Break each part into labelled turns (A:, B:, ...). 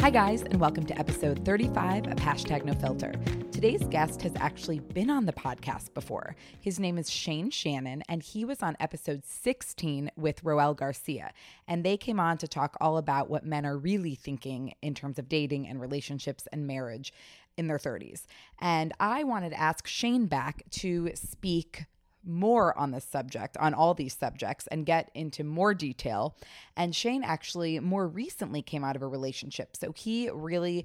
A: Hi, guys, and welcome to episode 35 of Hashtag No Filter. Today's guest has actually been on the podcast before. His name is Shane Shannon, and he was on episode 16 with Roel Garcia. And they came on to talk all about what men are really thinking in terms of dating and relationships and marriage in their 30s. And I wanted to ask Shane back to speak more on this subject, on all these subjects, and get into more detail. And Shane actually more recently came out of a relationship. So he really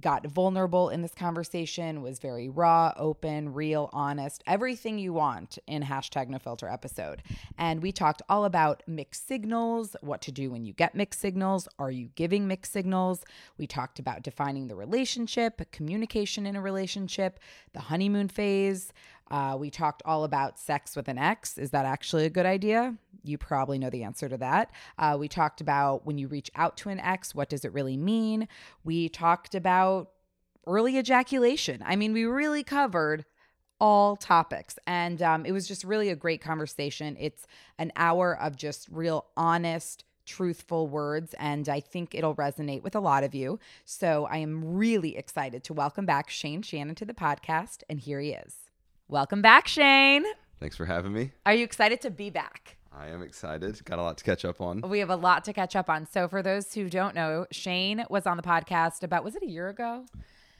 A: got vulnerable in this conversation, was very raw, open, real, honest, everything you want in hashtag no filter episode. And we talked all about mixed signals, what to do when you get mixed signals, are you giving mixed signals? We talked about defining the relationship, communication in a relationship, the honeymoon phase. Uh, we talked all about sex with an ex. Is that actually a good idea? You probably know the answer to that. Uh, we talked about when you reach out to an ex, what does it really mean? We talked about early ejaculation. I mean, we really covered all topics. And um, it was just really a great conversation. It's an hour of just real honest, truthful words. And I think it'll resonate with a lot of you. So I am really excited to welcome back Shane Shannon to the podcast. And here he is. Welcome back, Shane.
B: Thanks for having me.
A: Are you excited to be back?
B: I am excited. Got a lot to catch up on.
A: We have a lot to catch up on. So, for those who don't know, Shane was on the podcast about, was it a year ago?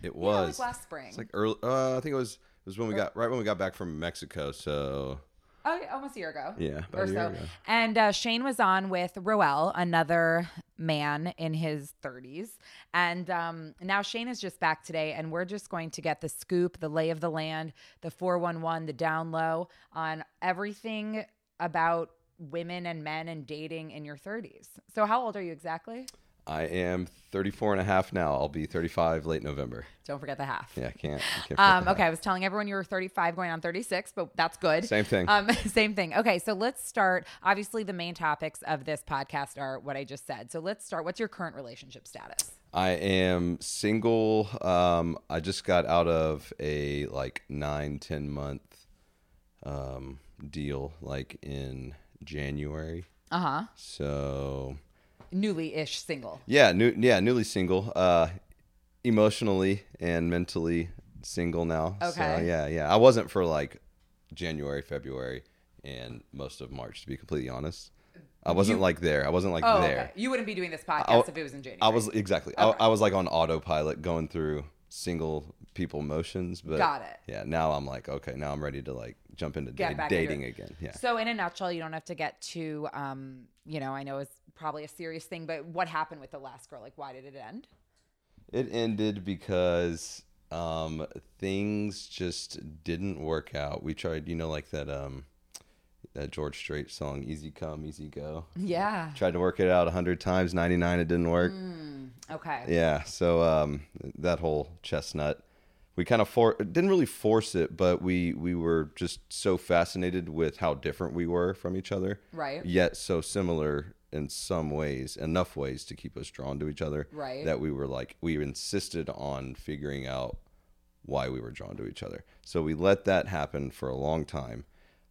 B: It
A: Yeah,
B: was
A: like last Oh. spring.
B: it's like early. Uh, I think it was it was when we got right when we got back from Mexico. So
A: Oh, yeah, almost a year ago.
B: yeah, about
A: Or
B: a year
A: so.
B: ago.
A: And uh, Shane was on with Roel, another man in his 30s. And um, now Shane is just back today, and we're just going to get the scoop, the lay of the land, the 411, the down low on everything about women and men and dating in your 30s. So, how old are you exactly?
B: I am 34 and a half now. I'll be 35 late November.
A: Don't forget the half.
B: Yeah, I can't. I can't forget
A: Um,
B: that.
A: okay, I was telling everyone you were 35 going on 36, but that's good.
B: Same thing.
A: Um, same thing. Okay, so let's start. Obviously, the main topics of this podcast are what I just said. So let's start. What's your current relationship status?
B: I am single. Um, I just got out of a like nine ten month um, deal like in January.
A: Uh huh.
B: So
A: Newly ish single.
B: Yeah, new, yeah, newly single, uh, emotionally and mentally single now. So,
A: Okay.
B: yeah, yeah. I wasn't for like January, February, and most of March. To be completely honest, I wasn't like there. I wasn't like
A: Oh,
B: there.
A: okay. You wouldn't be doing this podcast
B: I'll-
A: if it was in January.
B: I was exactly. I, I was like on autopilot, going through single people motions. But
A: Got it.
B: Yeah. Now I'm like, okay, now I'm ready to like jump into
A: Get
B: da-
A: back into it.
B: dating again. Yeah.
A: So, in a nutshell, you don't have to get too, um, you know, I know it's probably a serious thing, but what happened with the last girl? Like, why did it end?
B: It ended because um, things just didn't work out. We tried, you know, like that um, that George Strait song, "Easy Come, Easy Go."
A: Yeah.
B: Tried to work it out a hundred times, ninety nine, it didn't work.
A: Okay.
B: Yeah, so um, that whole chestnut, we kind of for didn't really force it, but we we were just so fascinated with how different we were from each other,
A: Right.
B: Yet so similar in some ways, enough ways to keep us drawn to each other,
A: Right.
B: That we were like we insisted on figuring out why we were drawn to each other. So we let that happen for a long time.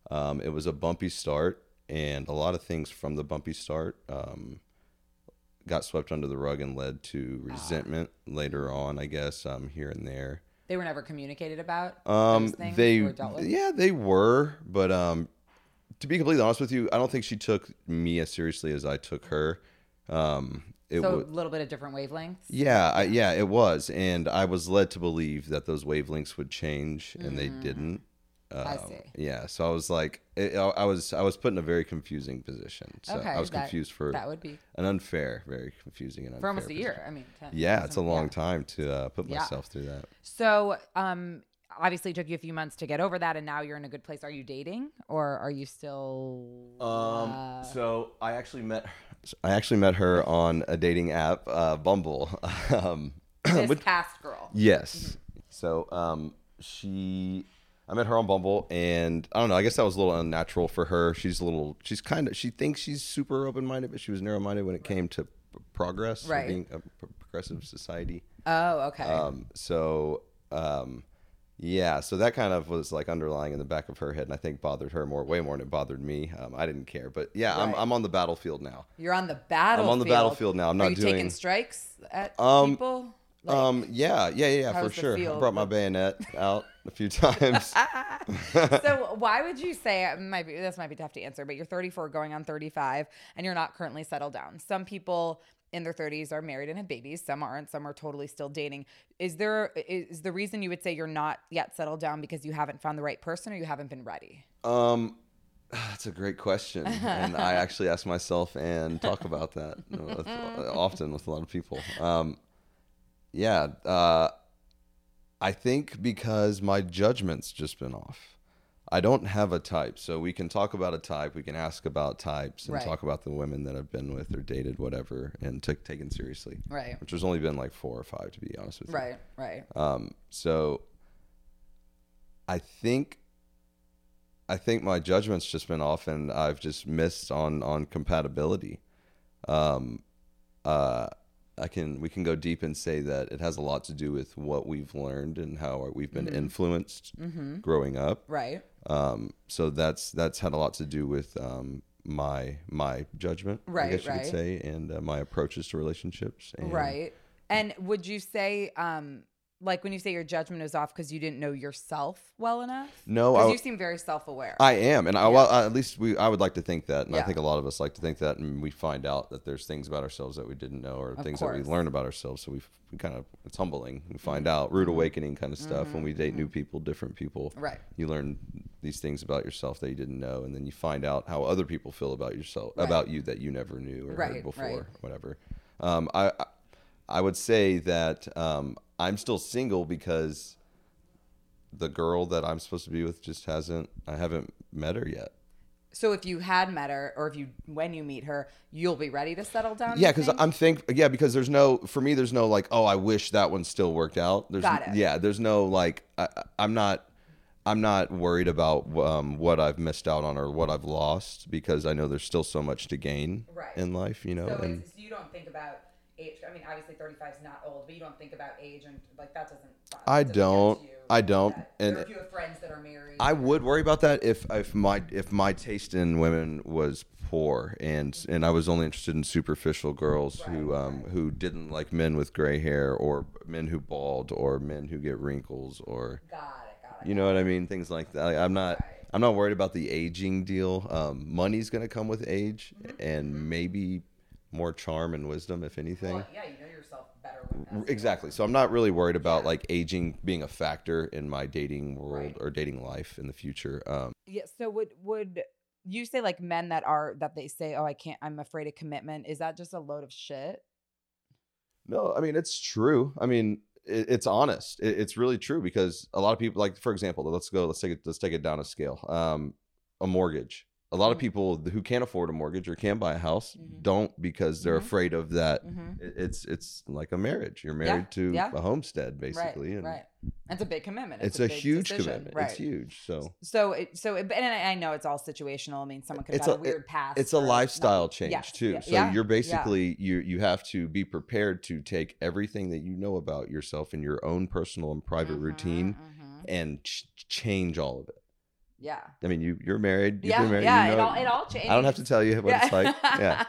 B: Um, it was a bumpy start, and a lot of things from the bumpy start. Um, got swept under the rug and led to
A: Ah.
B: resentment later on, I guess, um, here and there.
A: They were never communicated about.
B: Um,
A: those things
B: they,
A: were dealt with?
B: yeah, they were, but um, to be completely honest with you, I don't think she took me as seriously as I took her. Um, it
A: so
B: was,
A: a little bit of different wavelengths.
B: yeah, I, yeah, it was, and I was led to believe that those wavelengths would change, and they didn't. Um,
A: Mm. I see.
B: Yeah, so I was like, it, I, I was, I was put in a very confusing position. So
A: Okay,
B: I was
A: that-
B: confused for
A: That would be
B: an unfair, very confusing and unfair
A: for almost a
B: position.
A: year. I mean, 10,
B: Yeah, it's a
A: something-
B: long time to uh, put
A: Yeah.
B: myself through that.
A: So, um, obviously, it took you a few months to get over that, and now you're in a good place. Are you dating, or are you still?
B: Um, so I actually met I actually met her on a dating app, uh, Bumble. um,
A: this past girl.
B: yes.
A: Mm-hmm.
B: So um, she I met her on Bumble, and I don't know. I guess that was a little unnatural for her. She's a little. She's kind of. She thinks she's super open minded, but she was narrow minded when it came to p- progress, or
A: Right.
B: Being a p- progressive society.
A: Oh, okay.
B: Um, so um, Yeah, so that kind of was like underlying in the back of her head, and I think bothered her more, way more than it bothered me. Um, I didn't care, but yeah, I'm,
A: Right.
B: I'm on the battlefield now.
A: You're on the battlefield.
B: battlefield now. I'm
A: Are
B: not
A: you taking
B: doing-
A: strikes at
B: Um,
A: people? Like,
B: um, yeah, yeah, yeah, yeah, for
A: how's the
B: sure. I
A: field
B: brought my bayonet out a few times.
A: so why would you say it might be this might be tough to answer, but you're 34 going on 35 and you're not currently settled down. Some people in their 30s are married and have babies, some aren't, some are totally still dating. Is there is the reason you would say you're not yet settled down because you haven't found the right person or you haven't been ready?
B: Um, that's a great question, and I actually ask myself and talk about that you know, with- often with a lot of people. Um, yeah, uh, I think because my judgment's just been off. I don't have a type, so we can talk about a type. We can ask about types and
A: Right.
B: talk about the women that I've been with or dated, whatever, and took taken seriously.
A: Right.
B: Which has only been like four or five, to be honest with you.
A: Right, right.
B: Um, so I think I think my judgment's just been off and I've just missed on on compatibility. Um uh I can we can go deep and say that it has a lot to do with what we've learned and how we've
A: Mm-hmm.
B: been influenced growing up.
A: Right.
B: Um so that's that's had a lot to do with um my my judgment, I
A: Right,
B: guess you
A: right.
B: could say, and uh, my approaches to relationships. And
A: Right. And would you say um like when you say your judgment is off because you didn't know yourself well enough?
B: No,
A: Because
B: I w-
A: you seem very self-aware.
B: I am, and I, well, I- at least we, I would like to think that, and I
A: Yeah.
B: think a lot of us like to think that, and we find out that there's things about ourselves that we didn't know, or things that
A: course. Mm-hmm.
B: we learn about ourselves. So we, we kind of, it's humbling. We find out, rude awakening kind of stuff. When we date new people, different people,
A: Right.
B: You learn these things about yourself that you didn't know, and then you find out how other people feel about yourself, about you that you never knew or
A: Right, right.
B: heard before, whatever. Um, I, I, I would say that um, I'm still single because the girl that I'm supposed to be with just hasn't. I haven't met her yet.
A: So if you had met her, or if you when you meet her, you'll be ready to settle down.
B: Yeah,
A: you
B: because
A: think?
B: I'm think. Yeah, because there's no for me. There's no like, oh, I wish that one still worked out. There's
A: Got it.
B: yeah. There's no like, I, I- I'm not. I'm not worried about um, what I've missed out on or what I've lost because I know there's still so much to gain
A: Right.
B: in life, you know.
A: so,
B: and
A: it's, so you don't think about age. I mean, obviously 35 is not old, but you don't think about age and like that doesn't. bother-
B: I
A: doesn't catch
B: don't.
A: you
B: I don't.
A: that-
B: And-
A: or if you have friends that are married,
B: I would worry about that if if my if my taste in women was poor and and I was only interested in superficial girls who um who didn't like men with gray hair or men who bald or men who get wrinkles or
A: got it, got it.
B: you know what I mean things like that. I, I'm not I'm not worried about the aging deal. Um, money's gonna come with age and maybe more charm and wisdom if anything.
A: Mm-hmm. Well, yeah, you know yourself better. When that's
B: Exactly. So I'm not really worried about like aging being a factor in my dating world or dating life in the future. Um,
A: Yeah. So would would you say like men that are that they say, oh, I can't, I'm afraid of commitment? Is that just a load of shit?
B: No, I mean it's true. I mean it, it's honest. It, it's really true because a lot of people, like for example, let's go, let's take it, let's take it down a scale. Um, a mortgage. A lot of
A: Mhm.
B: people who can't afford a mortgage or can't buy a house
A: Mhm.
B: don't because they're
A: Mhm.
B: afraid of that.
A: Mm-hmm.
B: It- It's it's like a marriage. You're married to
A: yeah.
B: a homestead
A: Right.
B: basically, and
A: right. That's a big commitment.
B: it's, a,
A: big
B: huge
A: decision,
B: commitment.
A: Right.
B: It's huge. So
A: So, it, so, it, and I I know it's all situational. I mean, someone could
B: It's
A: have had
B: a-
A: a weird past.
B: it's a
A: or not-
B: lifestyle change
A: yeah,
B: too.
A: yeah,
B: so
A: yeah,
B: you're
A: yeah.
B: basically you you have to be prepared to take everything that you know about yourself and your own personal and private
A: Mhm,
B: routine
A: mhm.
B: and ch- change all of it.
A: Yeah,
B: I mean, you you're married. You've
A: yeah,
B: been married.
A: yeah.
B: you
A: it
B: know-
A: all it all changes.
B: I don't have to tell you what it's like. Yeah,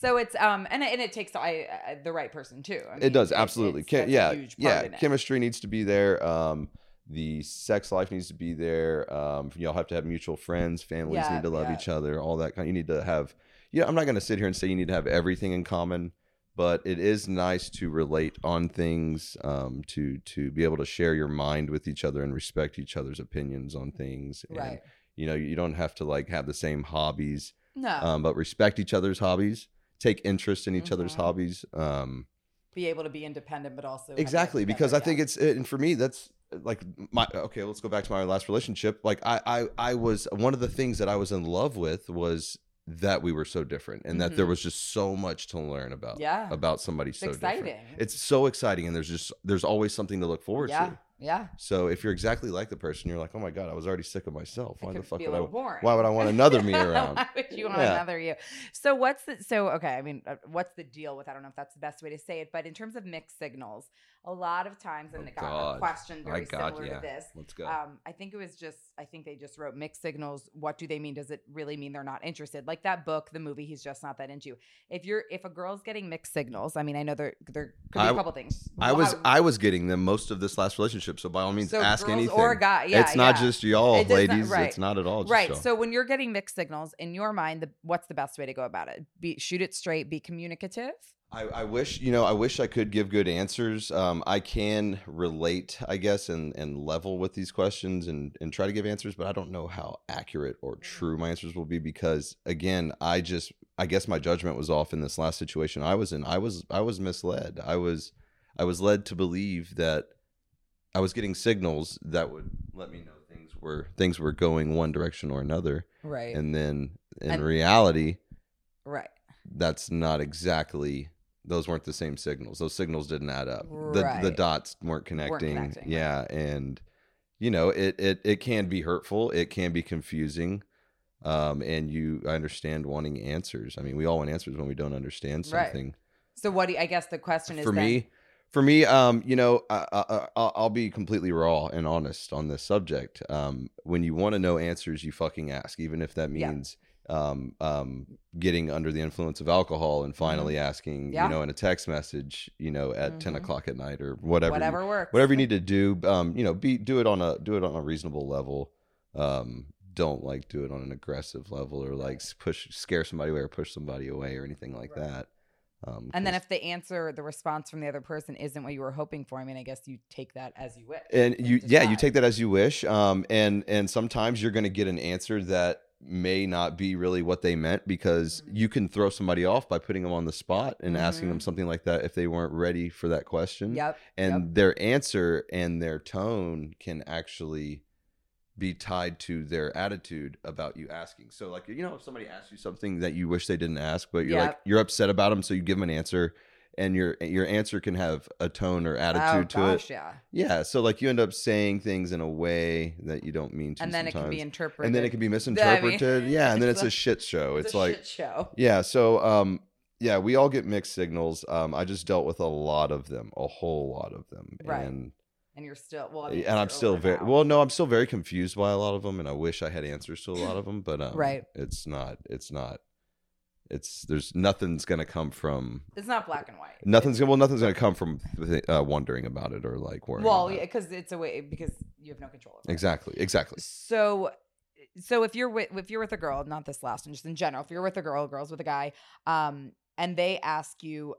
A: so it's um and it- and it takes I, I the right person too. I
B: it
A: mean,
B: does absolutely.
A: it's- that's
B: Chem-
A: a
B: yeah,
A: huge part
B: yeah.
A: in it.
B: Chemistry needs to be there. Um, the sex life needs to be there. Um, y'all have to have mutual friends. Families
A: Yeah,
B: need to love
A: yeah.
B: each other. All that kind. You need to have. You know, I'm not going to sit here and say you need to have everything in common, but it is nice to relate on things. Um, to to be able to share your mind with each other and respect each other's opinions on things. And,
A: right.
B: You know, you don't have to like have the same hobbies.
A: No,
B: um, but respect each other's hobbies, take interest in each other's
A: Mhm.
B: hobbies. Um,
A: be able to be independent, but also have
B: exactly,
A: it
B: because I
A: together,
B: think
A: yeah.
B: it's and for me that's like my okay. Let's go back to my last relationship. Like I, I, I was one of the things that I was in love with was that we were so different and that there
A: Mhm.
B: was just so much to learn about
A: Yeah.
B: about somebody
A: it's
B: uh, so different.
A: exciting.
B: It's so exciting, and there's just there's always something to look forward
A: yeah,
B: to.
A: yeah.
B: So if you're exactly like the person, you're like, oh my god, I was already sick of myself.
A: It
B: Why the
A: could
B: fuck
A: be a
B: would I?
A: little boring.
B: Why would I want another me around?
A: why would you want
B: Yeah.
A: another you? So what's the so okay? I mean, uh, what's the deal with? I don't know if that's the best way to say it, but in terms of mixed signals, a lot of times, and
B: Oh,
A: it got
B: God.
A: a question very
B: My God,
A: similar
B: yeah.
A: to this.
B: Let's go.
A: Um, I think it was just, I think they just wrote mixed signals. What do they mean? Does it really mean they're not interested? Like that book, the movie, he's just not that into you. If you're, if a girl's getting mixed signals, I mean, I know there, there could be a
B: I-
A: couple things.
B: I was
A: Wow.
B: I was getting them most of this last relationship, so by all means,
A: So
B: ask
A: girls
B: anything.
A: Or guy, yeah,
B: it's not
A: yeah.
B: just y'all,
A: It does not-
B: ladies.
A: right.
B: It's not at all. Just
A: right.
B: y'all.
A: So when you're getting mixed signals, in your mind, the, what's the best way to go about it? Be shoot it straight. Be communicative.
B: I, I wish you know I wish I could give good answers. Um, I can relate, I guess, and and level with these questions and and try to give answers, but I don't know how accurate or true my answers will be because again, I just I guess my judgment was off in this last situation I was in. I was I was misled. I was I was led to believe that I was getting signals that would let me know things were things were going one direction or another,
A: Right.
B: and then in
A: And-
B: reality
A: right.
B: that's not exactly those weren't the same signals those signals didn't add up
A: Right.
B: the the dots weren't connecting,
A: connecting, right.
B: yeah and you know it, it it can be hurtful it can be confusing um and you i understand wanting answers i mean we all want answers when we don't understand
A: Right.
B: something
A: So what do you, I guess the question is
B: for
A: then-
B: me for me um you know I, I, I, i'll be completely raw and honest on this subject um when you want to know answers you fucking ask even if that
A: Yeah.
B: means um um getting under the influence of alcohol and finally asking
A: Mm-hmm. Yeah.
B: you know in a text message you know at 10
A: Mhm.
B: o'clock at night or whatever you-
A: whatever works.
B: whatever you need to do um you know be do it on a do it on a reasonable level um don't like do it on an aggressive level or like s- push scare somebody away or push somebody away or anything like
A: Right.
B: that um
A: And then
B: 'cause-
A: if the answer, the response from the other person isn't what you were hoping for, I mean, I guess you take that as you wish.
B: and you yeah you
A: decide.
B: take that as you wish um and and sometimes you're going to get an answer that may not be really what they meant because
A: Mhm.
B: you can throw somebody off by putting them on the spot and asking
A: Mhm.
B: them something like that if they weren't ready for that question
A: Yep.
B: and their answer and their tone can actually be tied to their attitude about you asking so like you know if somebody asks you something that you wish they didn't ask but you're like
A: Yep.
B: you're upset about them so you give them an answer and your your answer can have a tone or attitude
A: oh,
B: to it
A: gosh, Yeah.
B: yeah, so like you end up saying things in a way that you don't mean to,
A: And then it can be
B: sometimes.
A: interpreted.
B: and then it can be misinterpreted. yeah, and then
A: it's
B: it's
A: a-
B: a shit show. It's,
A: a
B: like
A: shit show.
B: yeah, so um, yeah, we all get mixed signals. Um, I just dealt with a lot of them, a whole lot of them,
A: Right.
B: and
A: And you're still well. I mean,
B: and I'm
A: you're
B: still
A: over
B: very
A: now.
B: well. No, I'm still very confused by a lot of them, and I wish I had answers to a lot of them, but um,
A: Right.
B: it's not, it's not, it's there's nothing's gonna come from.
A: It's not black and white.
B: Nothing's gonna well. Nothing's gonna come from uh, wondering about it or like worrying.
A: Well,
B: about it.
A: because it's a way because you have no control over it.
B: exactly, exactly.
A: So, so if you're with if you're with a girl, not this last one, just in general, if you're with a girl, girls with a guy, um, and they ask you,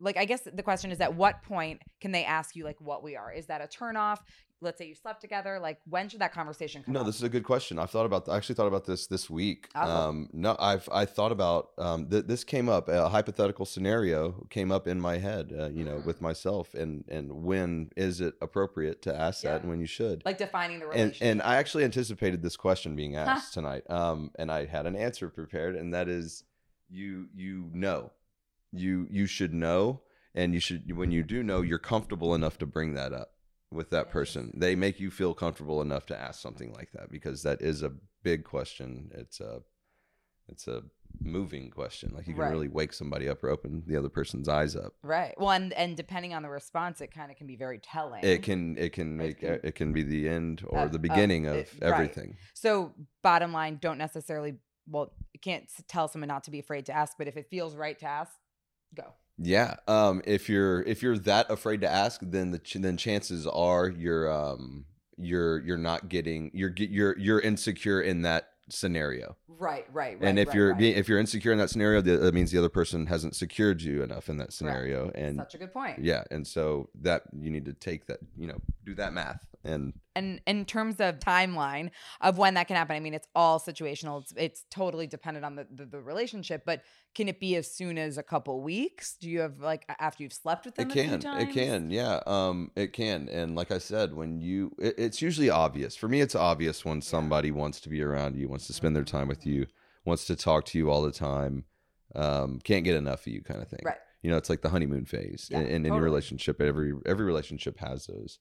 A: like, I guess the question is, at what point can they ask you like what we are? Is that a turn off? Let's say you slept together. Like, when should that conversation come?
B: No,
A: up?
B: this is a good question. I've thought about. I actually thought about this this week.
A: Oh.
B: Um, no, I've I thought about um, th- this came up. A hypothetical scenario came up in my head. Uh, you know,
A: Mm-hmm.
B: with myself and and when is it appropriate to ask
A: Yeah.
B: that and when you should.
A: like defining the
B: and
A: relationship.
B: and I actually anticipated this question being asked tonight. Um, and I had an answer prepared, and that is, you you know, you you should know, and you should when you do know, you're comfortable enough to bring that up with that person. They make you feel comfortable enough to ask something like that because that is a big question. It's a it's a moving question. Like you can
A: Right.
B: really wake somebody up or open the other person's eyes up.
A: right. Well, and, and depending on the response, it kind of can be very telling.
B: It can it can make
A: can-
B: it can be the end or
A: Uh, uh,
B: the beginning
A: it-
B: of
A: right.
B: everything.
A: So, bottom line, don't necessarily. Well, you can't s- tell someone not to be afraid to ask, but if it feels right to ask, go.
B: Yeah. Um. If you're if you're that afraid to ask, then the ch- then chances are you're um you're you're not getting you're ge- you're you're insecure in that scenario.
A: Right. Right. Right.
B: and if
A: right,
B: you're
A: right.
B: being if you're insecure in that scenario, the, that means the other person hasn't secured you enough in that scenario. And
A: such a good point.
B: yeah, and so that you need to take that you know do that math and
A: And in terms of timeline of when that can happen, I mean, it's all situational. It's, it's totally dependent on the, the, the relationship, but can it be as soon as a couple weeks? Do you have like a- after you've slept with them?
B: it
A: a few
B: can it
A: times?
B: can yeah um it can and like i said when you it, it's usually obvious for me it's obvious when somebody wants to be around you wants to spend their time with you wants to talk to you all the time um can't get enough of you kind of thing
A: Right.
B: you know it's like the honeymoon phase
A: Yeah,
B: and, and in
A: totally.
B: your relationship every every relationship has those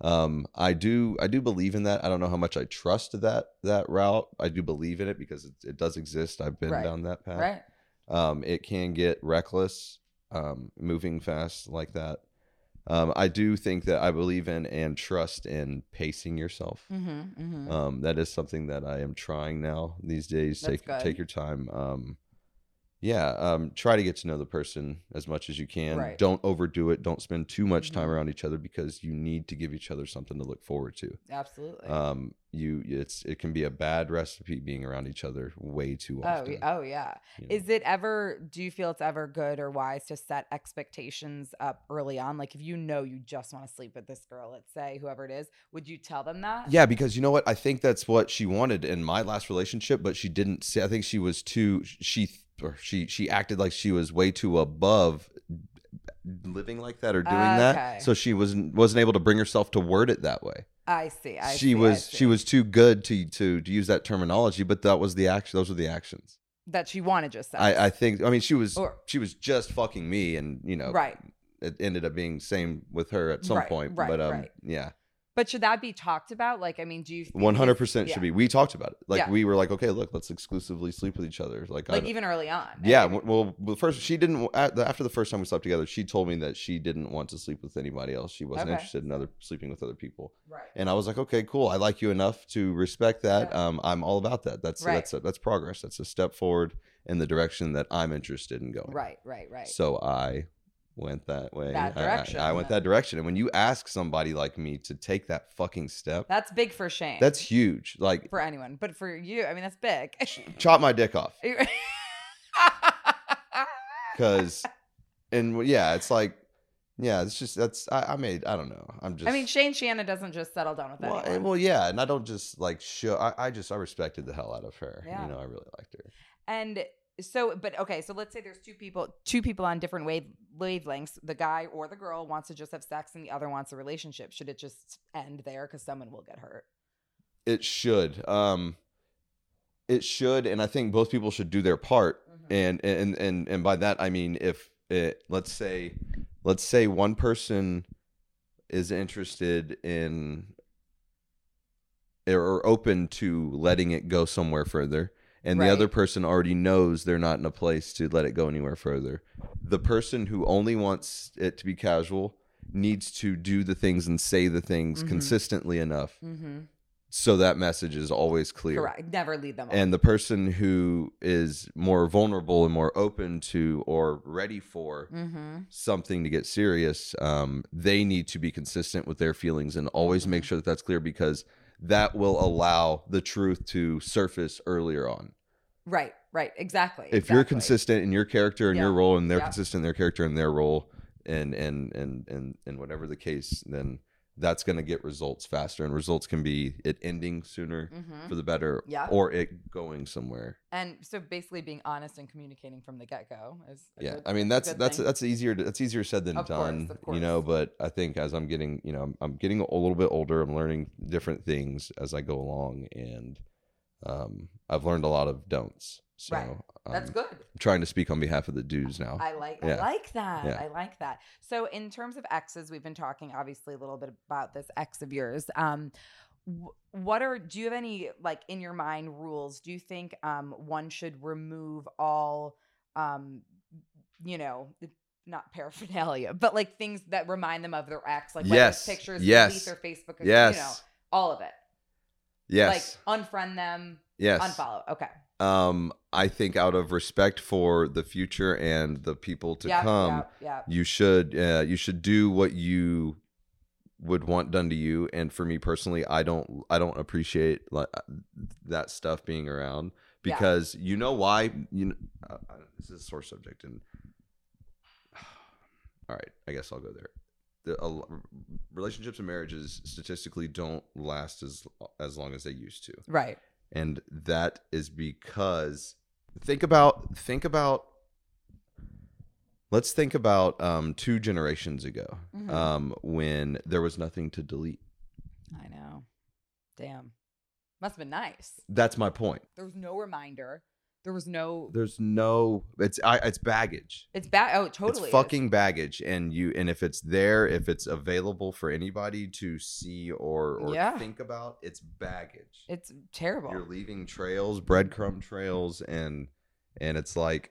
B: um i do i do believe in that i don't know how much i trust that that route i do believe in it because it, it does exist i've been
A: Right.
B: down that path
A: Right.
B: um, it can get reckless, um, moving fast like that. Um, I do think that I believe in and trust in pacing yourself.
A: Mm-hmm, mm-hmm.
B: Um, that is something that I am trying now these days.
A: That's
B: take
A: good.
B: take your time. Um, yeah, um, try to get to know the person as much as you can.
A: Right.
B: Don't overdo it. Don't spend too much time
A: Mhm.
B: around each other because you need to give each other something to look forward to.
A: Absolutely.
B: Um, you it's it can be a bad recipe being around each other way too
A: oh,
B: often.
A: y- oh yeah.
B: you know?
A: Is it ever? Do you feel it's ever good or wise to set expectations up early on? Like if you know you just want to sleep with this girl, let's say whoever it is, would you tell them that?
B: Yeah, because you know what? I think that's what she wanted in my last relationship, but she didn't. Say, I think she was too. She or she she acted like she was way too above living like that or doing
A: Okay.
B: that. So she wasn't wasn't able to bring herself to word it that way.
A: I see. I
B: she
A: see, I
B: was
A: see.
B: she was too good to to to use that terminology, but that was the action. Those were the actions.
A: that she wanted just sex.
B: I I think. I mean, she was
A: Or-
B: she was just fucking me, and you know,
A: right.
B: It ended up being same with her at some
A: Right,
B: point,
A: right,
B: but um,
A: right.
B: yeah.
A: But should that be talked about? Like, I mean, do you think
B: One hundred
A: it's-
B: percent
A: yeah.
B: should be. We talked about it. Like
A: Yeah.
B: we were like, okay, look, let's exclusively sleep with each other. Like,
A: like
B: I,
A: even early on? I
B: yeah.
A: mean,
B: w- Well, well, first she didn't. at the- After the first time we slept together, she told me that she didn't want to sleep with anybody else. She wasn't
A: Okay.
B: interested in other sleeping with other people.
A: right.
B: And I was like, okay, cool. I like you enough to respect that.
A: Yeah.
B: Um, I'm all about that. That's
A: Right.
B: that's that's progress. That's a step forward in the direction that I'm interested in going.
A: Right, right, right.
B: So I went that way.
A: That
B: I- I-
A: direction.
B: I went that direction. And when you ask somebody like me to take that fucking step,
A: that's big for Shane.
B: that's huge. Like
A: for anyone, but for you, I mean, that's big.
B: chop my dick off because and well, yeah it's like yeah it's just that's i, I made i don't know i'm just
A: I mean, Shane Shannon doesn't just settle down with
B: well,
A: anyone.
B: and- well yeah and i don't just like show I, I just i respected the hell out of her
A: Yeah.
B: you know i really liked her
A: and so, but okay, so let's say there's two people, two people on different wave wavelengths. The guy or the girl wants to just have sex, and the other wants a relationship. Should it just end there because someone will get hurt?
B: it should um it should and i think both people should do their part and and and and by that i mean if it let's say let's say one person is interested in or open to letting it go somewhere further and
A: Right.
B: the other person already knows they're not in a place to let it go anywhere further the person who only wants it to be casual needs to do the things and say the things
A: Mhm.
B: consistently enough
A: Mm-hmm.
B: so that message is always clear
A: Correct. Never lead them. on.
B: and the person who is more vulnerable and more open to or ready for
A: mm-hmm.
B: something to get serious um, they need to be consistent with their feelings and always
A: Mm-hmm.
B: make sure that that's clear because that will allow the truth to surface earlier on
A: Right, right, exactly.
B: if you're
A: exactly.
B: consistent in your character and your
A: Yeah.
B: role and they're
A: Yeah.
B: consistent in their character and their role and and and and and whatever the case then that's going to get results faster and results can be it ending sooner
A: Mhm.
B: for the better
A: Yeah.
B: or it going somewhere
A: and so basically being honest and communicating from the get go is a
B: yeah
A: good-
B: i mean
A: a
B: that's
A: good
B: that's
A: thing.
B: that's easier to, that's easier said than
A: Of course,
B: done
A: of
B: you know
A: course.
B: but i think as i'm getting you know I'm, I'm getting a little bit older i'm learning different things as i go along and um i've learned a lot of don'ts so
A: Right. that's
B: I'm
A: good.
B: trying to speak on behalf of the dudes now
A: I like I
B: yeah.
A: like that.
B: Yeah.
A: I like that. So in terms of exes, we've been talking obviously a little bit about this ex of yours. Um wh- what are do you have any like in your mind rules? Do you think um one should remove all um you know not paraphernalia, but like things that remind them of their ex, like whether it's
B: Yes,
A: pictures,
B: yes,
A: delete their Facebook,
B: yes
A: you know, all of it.
B: yes
A: Like unfriend them,
B: yes
A: unfollow. Okay.
B: um i think out of respect for the future and the people to
A: Yeah,
B: come
A: yeah, yeah.
B: you should uh, you should do what you would want done to you and for me personally i don't i don't appreciate like uh, that stuff being around
A: Yeah.
B: because you know why you know, uh, uh, this is a sore subject and all right i guess i'll go there the, a l- relationships and marriages statistically don't last as as long as they used to
A: Right.
B: and that is because think about think about let's think about um, two generations ago
A: Mhm.
B: um, when there was nothing to delete
A: I know. Damn. Must have been nice.
B: that's my point
A: There was no reminder. There was no.
B: there's no it's I, it's baggage
A: It's bad. Oh, it totally.
B: it's
A: is.
B: fucking baggage and you and if it's there if it's available for anybody to see or or
A: Yeah.
B: think about it's baggage
A: It's terrible.
B: you're leaving trails breadcrumb trails and and it's like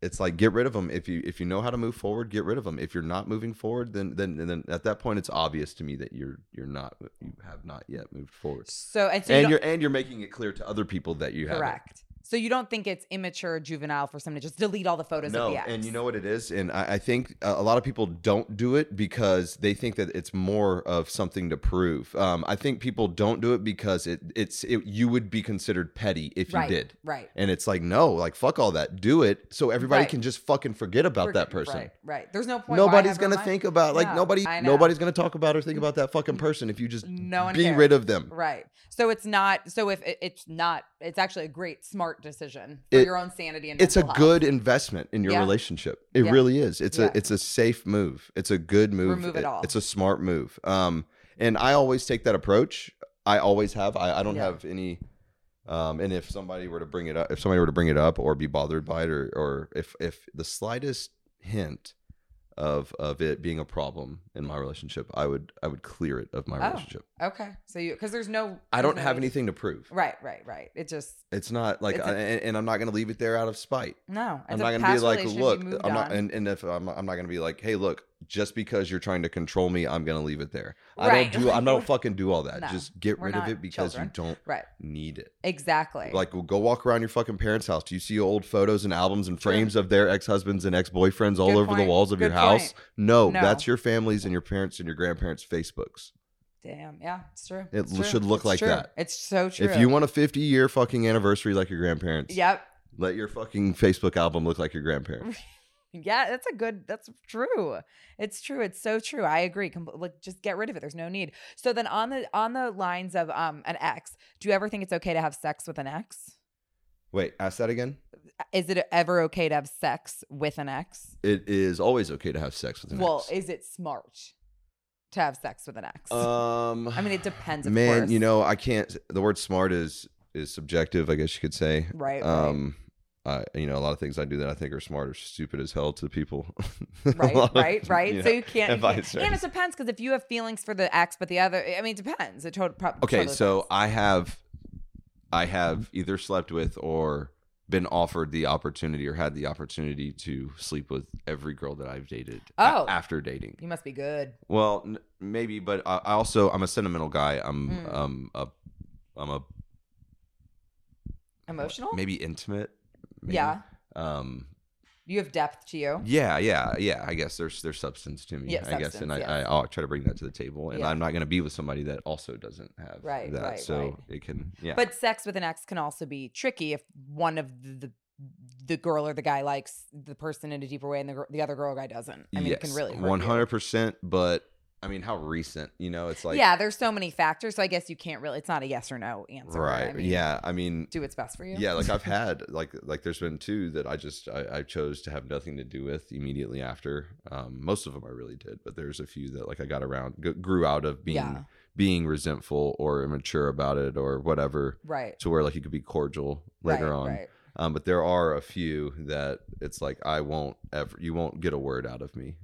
B: it's like get rid of them if you if you know how to move forward get rid of them if you're not moving forward then then then at that point it's obvious to me that you're you're not you have not yet moved forward
A: So and so you
B: and
A: don't-
B: you're and you're making it clear to other people that you have
A: correct. So you don't think it's immature, juvenile for someone to just delete all the photos
B: no
A: of the ex?
B: and you know what it is and I, I think a a lot of people don't do it because they think that it's more of something to prove um, i think people don't do it because it it's it, you would be considered petty if
A: right,
B: you did
A: right.
B: and it's like no like fuck all that do it so everybody
A: Right.
B: can just fucking forget about that person
A: Right, right. There's no point. why I
B: nobody's
A: have
B: gonna
A: her on my-
B: think about like
A: No,
B: nobody
A: I know.
B: nobody's gonna talk about or think about that fucking person if you just
A: No one
B: be
A: cares.
B: rid of them
A: Right. So it's not. So if it, it's not, it's actually a great, smart decision for
B: It-
A: your own sanity and.
B: it's a
A: mental health.
B: good investment in your
A: Yeah.
B: relationship it
A: Yeah.
B: really is it's
A: Yeah.
B: a it's a safe move it's a good move
A: Remove it all.
B: it's a smart move um and i always take that approach i always have i, I don't
A: Yeah.
B: have any um and if somebody were to bring it up if somebody were to bring it up or be bothered by it or or if if the slightest hint of of it being a problem in my relationship i would i would clear it of my
A: Oh.
B: relationship
A: Okay. So you because there's no. there's
B: I don't
A: no
B: have
A: need-
B: anything to prove.
A: Right, right, right. It just
B: It's not like,
A: It's a-
B: I- and, and I'm not going to leave it there out of spite.
A: no. It's
B: I'm
A: a
B: not going to
A: past
B: be like,
A: relationship,
B: look,
A: you moved
B: I'm not,
A: on.
B: and, and if I'm, I'm not going to be like, hey, look, just because you're trying to control me, I'm going to leave it there. I
A: Right.
B: don't do, I don't fucking do all that.
A: No,
B: just get
A: we're
B: rid of
A: not
B: it because
A: children.
B: you don't
A: right.
B: need it.
A: Exactly.
B: Like, well, go walk around your fucking parents' house. Do you see old photos and albums and frames of their ex husbands and ex boyfriends all
A: Good
B: over
A: point.
B: the walls of
A: Good
B: your house?
A: point.
B: No,
A: No.
B: that's your families and your parents and your grandparents' Facebooks.
A: Damn. Yeah, it's true.
B: It
A: It's true.
B: should look
A: It's
B: like
A: true.
B: that.
A: It's so true.
B: If you want a 50 year fucking anniversary like your grandparents,
A: Yep.
B: Let your fucking Facebook album look like your grandparents.
A: Yeah, that's a good. That's true. It's true. It's so true. I agree. Com- like, just get rid of it. There's no need. So then, on the on the lines of um an ex, do you ever think it's okay to have sex with an ex? Uh,
B: Wait, ask that again.
A: Is it ever okay to have sex with an ex?
B: It is always okay to have sex with an
A: well,
B: ex.
A: is it smart to have sex with an ex?
B: um,
A: I mean, it depends. Of
B: man,
A: course.
B: you know, I can't. The word "smart" is is subjective, I guess you could say.
A: right? right.
B: Um, I, you know, a lot of things I do that I think are smart are stupid as hell to people. A lot
A: right, right,
B: of-
A: right.
B: you
A: so
B: know.
A: you can't.
B: and
A: You can't.
B: vice
A: And it
B: versa.
A: depends because if you have feelings for the ex, but the other, I mean, it depends. It tot- prob- totally.
B: okay, so
A: depends.
B: I have, I have either slept with or been offered the opportunity or had the opportunity to sleep with every girl that I've dated. a-
A: Oh.
B: after dating.
A: you must be good.
B: Well, n- maybe, but I, I also I'm a sentimental guy. I'm
A: Mm.
B: um a I'm a
A: Emotional?
B: maybe intimate. maybe.
A: Yeah.
B: Um.
A: You have depth to you.
B: Yeah. Yeah. Yeah. I guess there's there's substance to me.
A: Yeah,
B: I guess, and I,
A: substance,
B: I
A: yes.
B: I'll try to bring that to the table. And
A: Yeah.
B: I'm not gonna be with somebody that also doesn't have
A: Right,
B: that.
A: right,
B: so
A: right.
B: it can. Yeah.
A: But sex with an ex can also be tricky if one of the the girl or the guy likes the person in a deeper way and the, gir- the other girl or guy doesn't. I mean, it can really hurt you.
B: one hundred percent. But I mean, how recent? You know, it's like
A: yeah, there's so many factors. So I guess you can't really. It's not a yes or no answer.
B: Right.
A: I mean,
B: yeah. I mean,
A: Do what's best for you.
B: yeah like i've had like like there's been two that i just I, I chose to have nothing to do with immediately after um most of them i really did but there's a few that like i got around g- grew out of being
A: Yeah.
B: being resentful or immature about it or whatever
A: Right.
B: to where like you could be cordial later
A: right,
B: on
A: Right.
B: um but there are a few that it's like i won't ever you won't get a word out of me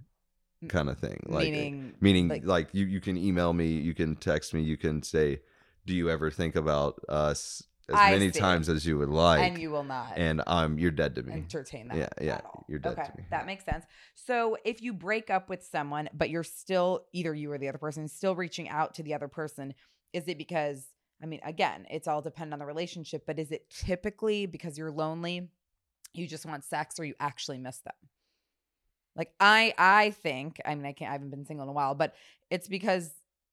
A: M-
B: kind of thing like
A: Meaning.
B: meaning
A: like-
B: like, you you can email me you can text me you can say do you ever think about us as
A: I
B: many
A: see.
B: times as you would like
A: and you will not.
B: and I'm you're dead to me.
A: entertain that.
B: Yeah, yeah,
A: At all.
B: you're dead
A: okay,
B: to me.
A: that makes sense. So if you break up with someone, but you're still either you or the other person is still reaching out to the other person, is it because I mean, again, it's all dependent on the relationship, but is it typically because you're lonely, you just want sex, or you actually miss them? Like I, I think I mean I can't I haven't been single in a while, but it's because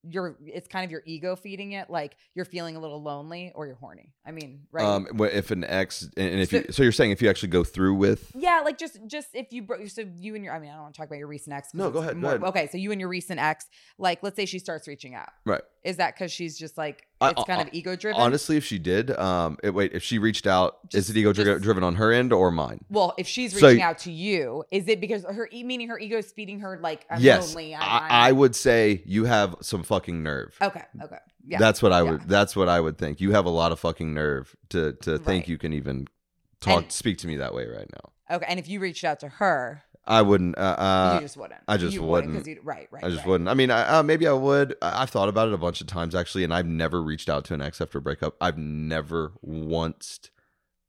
A: you're it's kind of your ego feeding it, like you're feeling a little lonely or you're horny. I mean, right?
B: Um, wh- if an ex and- and if
A: So-
B: you so you're saying if you actually go through with
A: Yeah, like just just if you bro- so you and your I mean I don't want to talk about your recent ex. 'cause
B: No, go
A: it's
B: ahead, go
A: more-
B: ahead.
A: Okay, so you and your recent ex, like let's say she starts reaching out.
B: right.
A: Is that because she's just like
B: I- uh,
A: it's
B: I-
A: kind of ego driven?
B: Honestly, if she did, um, it, wait, if she reached out,
A: Just-
B: is it ego dri-
A: just-
B: driven on her end or mine?
A: well, if she's
B: So-
A: reaching out to you, is it because her e- meaning her ego is feeding her like I'm
B: yes,
A: lonely? I'm,
B: I, I would say you have some fucking nerve.
A: I'm- okay, okay, Oh, yeah,
B: That's what I
A: yeah.
B: would. That's what I would think. You have a lot of fucking nerve to to
A: Right.
B: think you can even talk
A: And-
B: speak to me that way right now.
A: okay. And if you reached out to her,
B: I wouldn't. Uh, uh,
A: you just wouldn't.
B: I just
A: You
B: wouldn't.
A: 'cause you- right, right.
B: I just
A: right.
B: wouldn't. I mean, I, uh, maybe I would. I, I've thought about it a bunch of times actually, and I've never reached out to an ex after a breakup. I've never once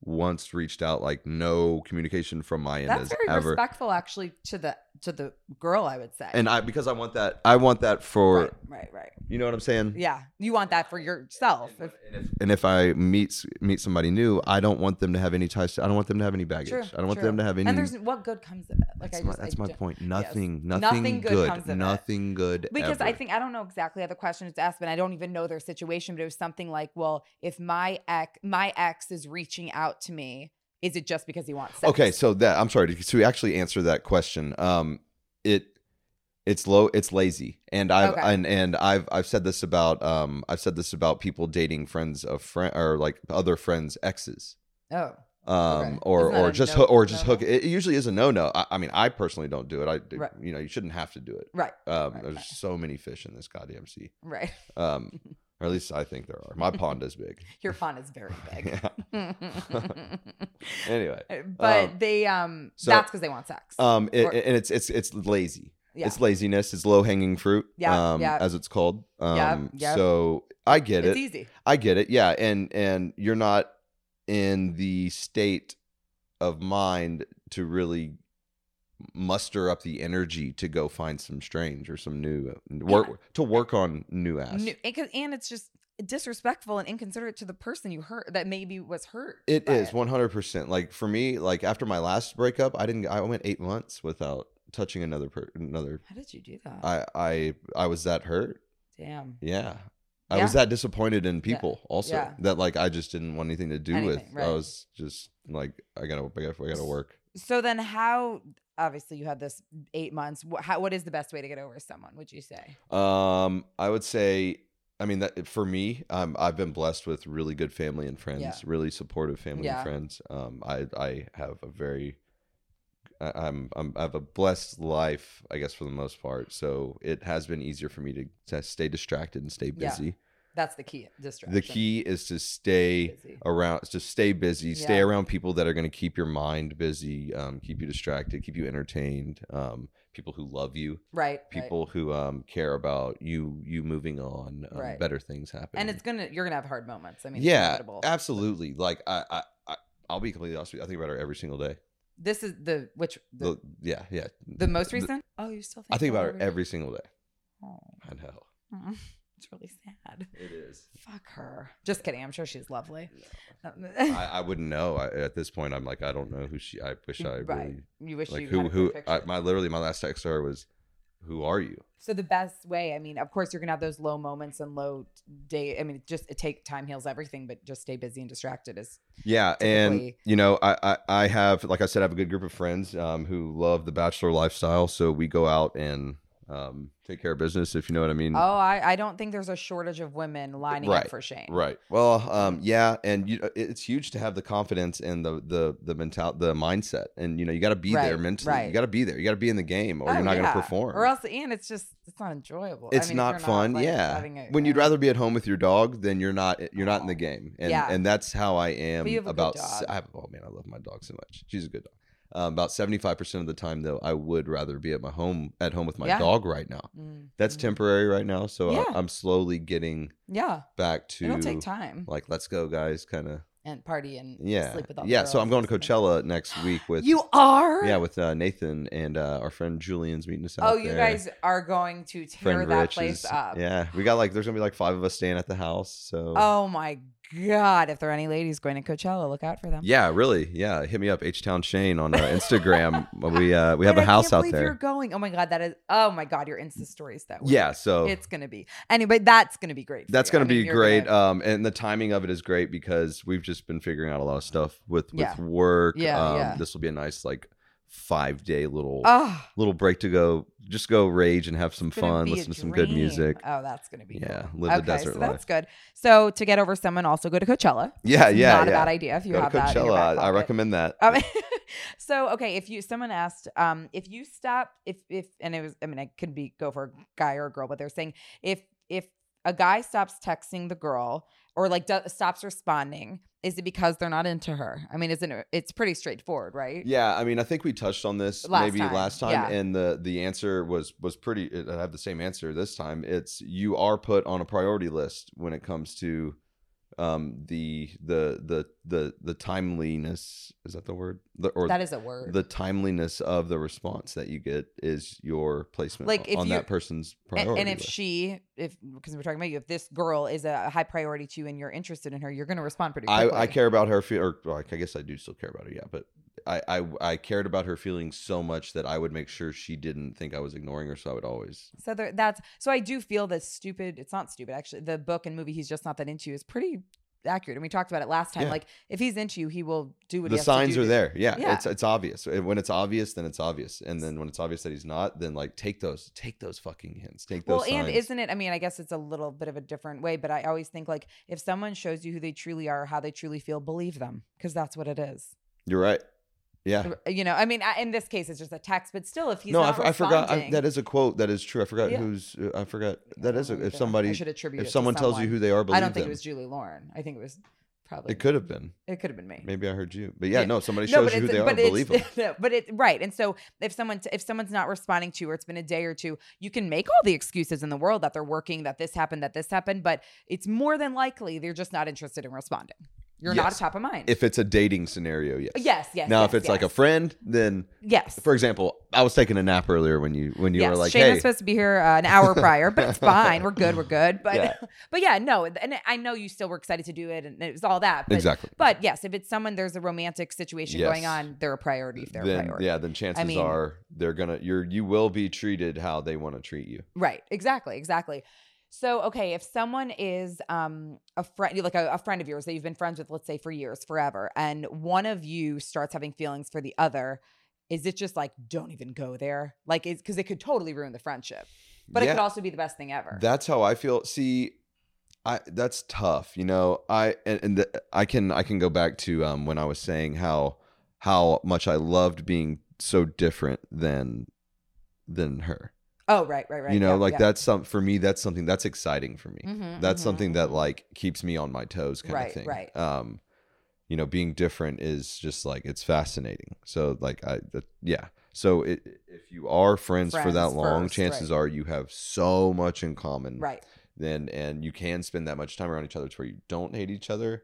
B: once reached out like no communication from my end
A: That's
B: has
A: very
B: ever
A: respectful, actually, to the to the girl. I would say.
B: and I because I want that I want that for
A: right, right, right.
B: you know what I'm saying
A: Yeah, you want that for yourself. If,
B: and if I meet s- meet somebody new I don't want them to have any ties to, I don't want them to have any baggage
A: true,
B: I don't want
A: true.
B: them to have any
A: And there's what good comes of it. Like
B: that's
A: I
B: my,
A: just, I
B: that's my
A: don't-
B: point
A: yes.
B: nothing nothing,
A: Nothing good
B: good,
A: comes of it.
B: nothing good
A: Because I
B: ever.
A: think I don't know exactly how the question was asked, but I don't even know their situation. But it was something like, "Well, if my ex, my ex is reaching out to me, is it just because he wants sex?"
B: Okay, so that I'm sorry to, to actually answer that question. Um, it it's low, it's lazy, and I've
A: Okay.
B: and and I've I've said this about um I've said this about people dating friends of friend or like other friends' exes.
A: oh,
B: Um,
A: Okay.
B: or
A: Isn't that
B: or
A: a
B: just
A: no-
B: hoo- or just
A: no-no?
B: hook. It usually is a no no. I, I mean, I personally don't do it. I
A: Right.
B: you know you shouldn't have to do it.
A: right,
B: Um,
A: Right,
B: there's
A: right.
B: so many fish in this goddamn sea.
A: right.
B: Um, or at least I think there are. My pond is big.
A: Your font is very big.
B: Yeah. Anyway,
A: but
B: Um,
A: they um
B: so-
A: that's because they want sex.
B: um, it,
A: Or-
B: and it's it's it's lazy.
A: yeah.
B: It's laziness. It's low hanging fruit.
A: Yeah,
B: um,
A: yeah.
B: as it's called.
A: Yeah,
B: Um,
A: yeah.
B: So I get
A: it's
B: it.
A: easy.
B: I get it. Yeah, and and you're not in the state of mind to really muster up the energy to go find some strange or some new uh, work to work on new ass.
A: New, and, 'cause- and it's just disrespectful and inconsiderate to the person you hurt that maybe was hurt.
B: It
A: by
B: is one hundred percent. Like for me, like after my last breakup, I didn't. I went eight months without touching another per, another.
A: How did you do that?
B: I I I was that hurt.
A: Damn.
B: Yeah. I
A: Yeah.
B: was that disappointed in people also
A: Yeah.
B: that like I just didn't want anything to do
A: Anything,
B: with.
A: right.
B: I was just like I gotta I gotta, I gotta work.
A: So then, how? Obviously, you had this eight months. What, how, what is the best way to get over someone? Would you say?
B: Um, I would say, I mean that for me, um, I've been blessed with really good family and friends,
A: Yeah.
B: really supportive family
A: Yeah.
B: and friends. Um, I I have a very, I, I'm I'm I have a blessed life, I guess for the most part. So it has been easier for me to, to stay distracted and stay
A: Yeah.
B: busy.
A: That's the key. Distraction.
B: The key is to stay.
A: Busy.
B: around just stay busy stay
A: Yeah.
B: around people that are going to keep your mind busy um, keep you distracted keep you entertained um, people who love you
A: Right. right.
B: people who um, care about you you moving on um,
A: Right.
B: better things happen
A: And it's gonna. You're gonna have hard moments. I mean, it's
B: yeah
A: inevitable.
B: absolutely like I, I i i'll be completely honest with you i think about her every single day
A: This is the which the,
B: The- yeah yeah
A: the most
B: the-
A: recent. oh, you still think
B: i think about her every single day
A: Oh,
B: i know
A: mm. it's really sad.
B: it is
A: Fuck her. Just kidding. I'm sure she's lovely.
B: I, I wouldn't know. I, at this point, I'm like, I don't know who she. I wish I
A: Right.
B: really
A: you wish
B: like
A: you
B: who
A: had a
B: who.
A: picture.
B: I, my literally my last text to her was, "Who are you?"
A: so the best way, I mean, of course, you're gonna have those low moments and low day. I mean, it just it take time heals everything, but just stay busy and distracted is
B: Yeah, and
A: typically-
B: you know, I, I I have like I said, I have a good group of friends um, who love the bachelor lifestyle, so we go out and um, take care of business, if you know what I mean.
A: Oh, I, I don't think there's a shortage of women lining up
B: Mm. Right,
A: for Shane.
B: Right. Well, um, yeah, and you, it's huge to have the confidence and the the the mental the mindset, and you know, you got to be there
A: Right,
B: mentally.
A: right.
B: You got to be there. You got to be in the game, or
A: Oh,
B: you're not
A: yeah.
B: going to perform.
A: Or else, and it's just it's not enjoyable. I
B: it's
A: mean, if
B: not
A: you're
B: fun.
A: like,
B: yeah.
A: having a-
B: When you'd
A: yeah.
B: rather be at home with your dog, then you're not you're not in the
A: Aw.
B: game. And
A: Oh, Yeah.
B: and that's how I am
A: you have a good
B: about
A: dog.
B: I have, oh man, I love my dog so much. She's a good dog. Um, about 75% of the time though, I would rather be at my home at home with my
A: Yeah.
B: dog right now.
A: Mm,
B: That's
A: mm.
B: temporary right now, so
A: Yeah.
B: I, am slowly getting
A: Yeah,
B: back to
A: it'll take time
B: like let's go guys kind of
A: and party and
B: yeah.
A: sleep with all the
B: Yeah, so
A: girls
B: I'm going to
A: and stuff.
B: Coachella next week with
A: You are.
B: Yeah, with uh, Nathan and uh, our friend Julian's meeting us out
A: Oh, you
B: there.
A: guys are going to tear
B: Friend
A: that
B: Rich
A: place
B: is-
A: up.
B: Yeah, we got like there's gonna be like five of us staying at the house. So
A: Oh my god! If there are any ladies going to Coachella, look out for them.
B: yeah, really, yeah. Hit me up, H Town Shane on uh, Instagram. we uh, we have
A: Wait,
B: a
A: I
B: house
A: can't
B: out
A: believe You're
B: there.
A: going. Oh my god, that is. Oh my god, your Insta stories that. Were
B: Yeah, so
A: It's gonna be anyway. That's gonna be great. for
B: that's
A: you.
B: gonna
A: I mean,
B: be
A: you're
B: great.
A: gonna-
B: Um, and the timing of it is great because we've just been figuring out a lot of stuff with with
A: Yeah.
B: work.
A: Yeah,
B: um,
A: yeah.
B: This will be a nice like five day little
A: oh,
B: little break to go, just go rage and have some
A: it's gonna
B: fun,
A: be a
B: listen to some good
A: dream.
B: music.
A: Oh, that's gonna be.
B: Yeah,
A: cool.
B: live the
A: okay,
B: desert
A: so
B: life.
A: That's good. So to get over someone, also go to Coachella.
B: Yeah,
A: It's
B: yeah,
A: Not
B: yeah.
A: a bad idea if you
B: go
A: have
B: to
A: that. in your
B: Coachella.
A: back
B: I, I
A: pocket.
B: recommend that.
A: Um, so okay, if you someone asked, um, if you stopped, if if and it was, I mean, it could be go for a guy or a girl, but they're saying if if a guy stops texting the girl or like do, stops responding, is it because they're not into her? I mean, isn't it? It's pretty straightforward, right?
B: Yeah, I mean, I think we touched on this
A: Last
B: maybe
A: time,
B: last time,
A: yeah.
B: and the the answer was was pretty. I have the same answer this time. It's you are put on a priority list when it comes to um the the the the the timeliness is that the word the, or
A: that is a word.
B: the timeliness of the response that you get is your placement
A: Like, if
B: on
A: you-
B: that person's
A: A-
B: priority
A: and if
B: list.
A: she, if because we're talking about you, if this girl is a high priority to you and you're interested in her, you're going to respond pretty
B: I,
A: quickly.
B: I care about her feel, or well, I guess I do still care about her, yeah. But I, I, I cared about her feelings so much that I would make sure she didn't think I was ignoring her. So I would always.
A: So there, that's so I do feel that stupid. It's not stupid actually. The book and movie he's just not that into is pretty accurate, and we talked about it last time.
B: Yeah.
A: Like if he's into you, he will do what
B: the
A: he has to
B: signs
A: do
B: are
A: to-
B: there. Yeah,
A: Yeah.
B: it's it's obvious. Uh, When it's obvious, then it's obvious. And then when it's obvious that he's not, then like take those, take those fucking hints, take those.
A: Well, and
B: signs.
A: isn't it? I mean, I guess it's a little bit of a different way, but I always think like if someone shows you who they truly are, how they truly feel, believe them because that's what it is.
B: you're right. Yeah.
A: You know, I mean, I, in this case, it's just a text, but still, if he's
B: no, I
A: not
B: f- I forgot. I,
A: responding-
B: that is a quote. That is true. I forgot
A: Yeah.
B: who's. uh, I forgot.
A: I
B: That
A: don't
B: is. A,
A: know
B: if
A: either. I
B: somebody.
A: should attribute it
B: If
A: to
B: someone tells you
A: someone.
B: who they are, believe
A: I don't think
B: them.
A: it was Julie Lauren. I think it was probably
B: It could have been.
A: it could have been me.
B: Maybe I heard you. But yeah,
A: Yeah.
B: no. Somebody shows you who they are. Believe them.
A: it's, no, but it right. And so if someone if someone's not responding to you, or it's been a day or two, you can make all the excuses in the world that they're working, that this happened, that this happened, but it's more than likely they're just not interested in responding. You're not
B: Yes.
A: top of mind.
B: If it's a dating scenario, yes.
A: yes, yes.
B: Now,
A: yes,
B: if it's like a
A: yes.
B: friend, then
A: yes.
B: for example, I was taking a nap earlier when you when you
A: yes,
B: were like,
A: Shane was
B: "Hey,
A: supposed to be here uh, an hour prior, but it's fine. We're good. We're good. But
B: Yeah.
A: but yeah, no, and I know you still were excited to do it, and it was all that. But,
B: exactly."
A: But yes, if it's someone there's a romantic situation
B: Yes.
A: going on, they're a priority. If they're a
B: then
A: priority,
B: yeah, then chances
A: mean-
B: are they're gonna you're you will be treated how they want to treat you.
A: Right. Exactly. Exactly. So, okay, if someone is um, a friend, like a, a friend of yours that you've been friends with, let's say for years, forever, and one of you starts having feelings for the other, is it just like don't even go there? Like, it's because it could totally ruin the friendship, but it
B: Yeah.
A: could also be the best thing ever.
B: That's how I feel. See, I that's tough. You know, I and, and the, I can I can go back to um when I was saying how how much I loved being so different than than her.
A: oh, right, right, right.
B: you know,
A: yeah,
B: like
A: yeah.
B: that's some for me. That's something that's exciting for me.
A: Mhm,
B: That's
A: mhm,
B: something that
A: mhm.
B: like keeps me on my toes, kind
A: Right,
B: of thing.
A: right.
B: Um, you know, being different is just like it's fascinating. So like I, that, yeah. So it, if you are friends, for that
A: Friends
B: long,
A: first,
B: chances are you have so much in common.
A: right.
B: Then and you can spend that much time around each other to where you don't hate each other.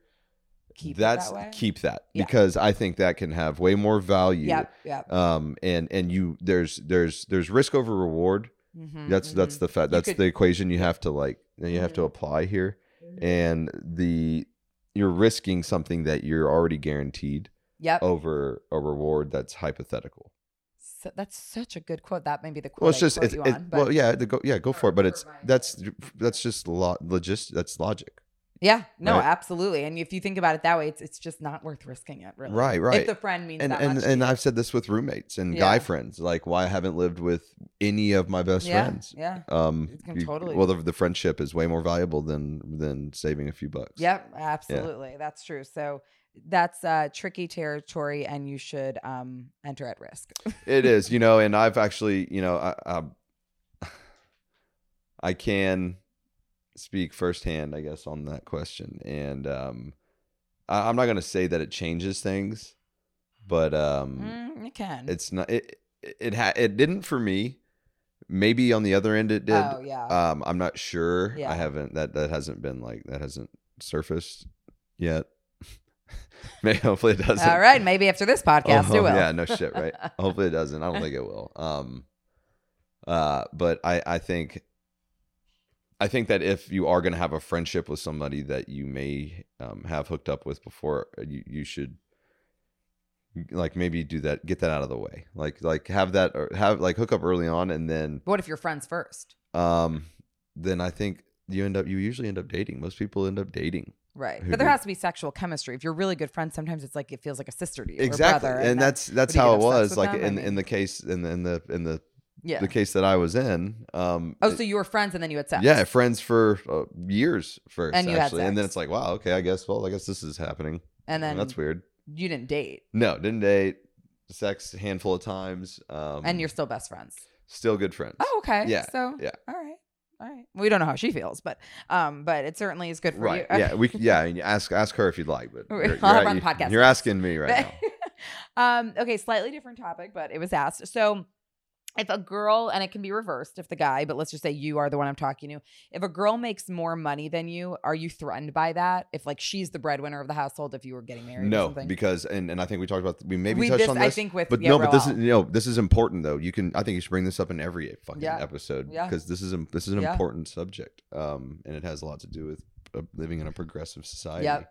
A: Keep it
B: That's
A: that way.
B: keep that
A: Yeah.
B: because I think that can have way more value.
A: Yep, yep.
B: Um, and and you there's there's there's risk over reward
A: Mhm,
B: that's that's
A: mhm.
B: the fact that's
A: could-
B: the equation you have to like and you have to
A: Mhm.
B: apply here
A: Mhm.
B: and the you're risking something that you're already guaranteed
A: yep.
B: over a reward that's hypothetical
A: So that's such a good quote. That may be the quote.
B: well it's
A: I
B: just
A: quote
B: it's
A: you
B: it,
A: on, but-
B: well yeah the go, yeah go for it but it's
A: Or- or my-
B: that's that's just lo- logist that's logic
A: Yeah, no,
B: Right?
A: absolutely. And if you think about it that way, it's it's just not worth risking it, really.
B: Right, right.
A: If the friend means
B: and
A: that
B: and
A: much.
B: and I've said this with roommates and
A: Yeah.
B: guy friends like why I haven't lived with any of my best
A: yeah,
B: friends
A: Yeah.
B: um
A: You can totally-
B: well the, the friendship is way more valuable than than saving a few bucks
A: Yep, absolutely. That's true. So that's uh, tricky territory, and you should um, enter at risk.
B: it is you know and i've actually you know i i, I can speak firsthand i guess on that question and um I, i'm not going to say that it changes things but um
A: Mm, you can.
B: it's not it it it, ha- it didn't for me maybe on the other end it did
A: oh yeah.
B: um i'm not sure
A: Yeah.
B: i haven't that that hasn't been like that hasn't surfaced yet May hopefully it doesn't
A: All right. Maybe after this podcast,
B: Oh,
A: it will.
B: Yeah, no shit, right? Hopefully it doesn't. I don't think it will. Um uh but I I think I think that if you are going to have a friendship with somebody that you may um, have hooked up with before, you, you should like maybe do that, get that out of the way. Like like have that or have like hook up early on, and then
A: But what if you're friends first?
B: um then I think you end up you usually end up dating. Most people end up dating.
A: Right.
B: Who
A: But there
B: knew?
A: has to be sexual chemistry. If you're really good friends, sometimes it's like it feels like a sister to you. or
B: exactly
A: brother,
B: and, that's that's
A: do you
B: how it
A: get obsessed
B: was
A: with
B: like
A: them? I
B: in,
A: mean-
B: in the case in the in the in the,
A: yeah.
B: the case that i was in um
A: oh, so you were friends and then you had sex.
B: yeah friends for uh, years first
A: And you had
B: actually and then
A: sex.
B: it's like wow okay i guess well i guess this is happening
A: And then
B: that's weird
A: you didn't date,
B: no didn't date sex a handful of times um
A: and you're still best friends.
B: still good friends
A: Oh, okay.
B: Yeah,
A: So
B: yeah.
A: All right. All right. We don't know how she feels, but um, but it certainly is good for
B: right
A: you.
B: yeah we c- yeah and you ask ask her if you'd like but
A: I'll
B: you're,
A: have her
B: you're-
A: on the
B: you-
A: podcast
B: you're asking me right now
A: um, okay, slightly different topic, but it was asked. So if a girl and it can be reversed if the guy but let's just say you are the one i'm talking to if a girl makes more money than you are you threatened by that if like she's the breadwinner of the household if you were getting married or
B: No,
A: something
B: because and, and I think we talked about we maybe
A: We-
B: touched
A: this-
B: on
A: I
B: this.
A: think with-
B: but
A: yeah,
B: no, but this
A: Roel.
B: is you know this is important though. You can I think you should bring this up in every fucking
A: Yeah.
B: episode
A: Yeah.
B: because this is a, this is an
A: Yeah.
B: important subject. Um, and it has a lot to do with uh, living in a progressive society.
A: Yep.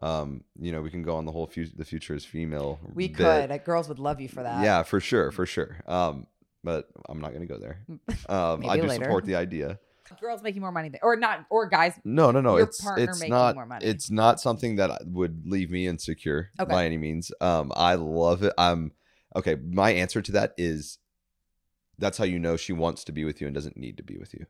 B: Um, you know, we can go on the whole fu- the future is female.
A: we
B: bit.
A: could Uh, girls would love you for that Mm.
B: Yeah, for sure, for sure. Um, but I'm not gonna go there. Um, I
A: Maybe
B: do
A: later.
B: support the idea.
A: girls making more money than, or not or guys
B: No, no, no.
A: Your
B: it's
A: partner
B: it's
A: making
B: not
A: more money.
B: it's not something that I- would leave me insecure
A: Okay.
B: by any means. Um, I love it. I'm okay. My answer to that is that's how you know she wants to be with you and doesn't need to be with you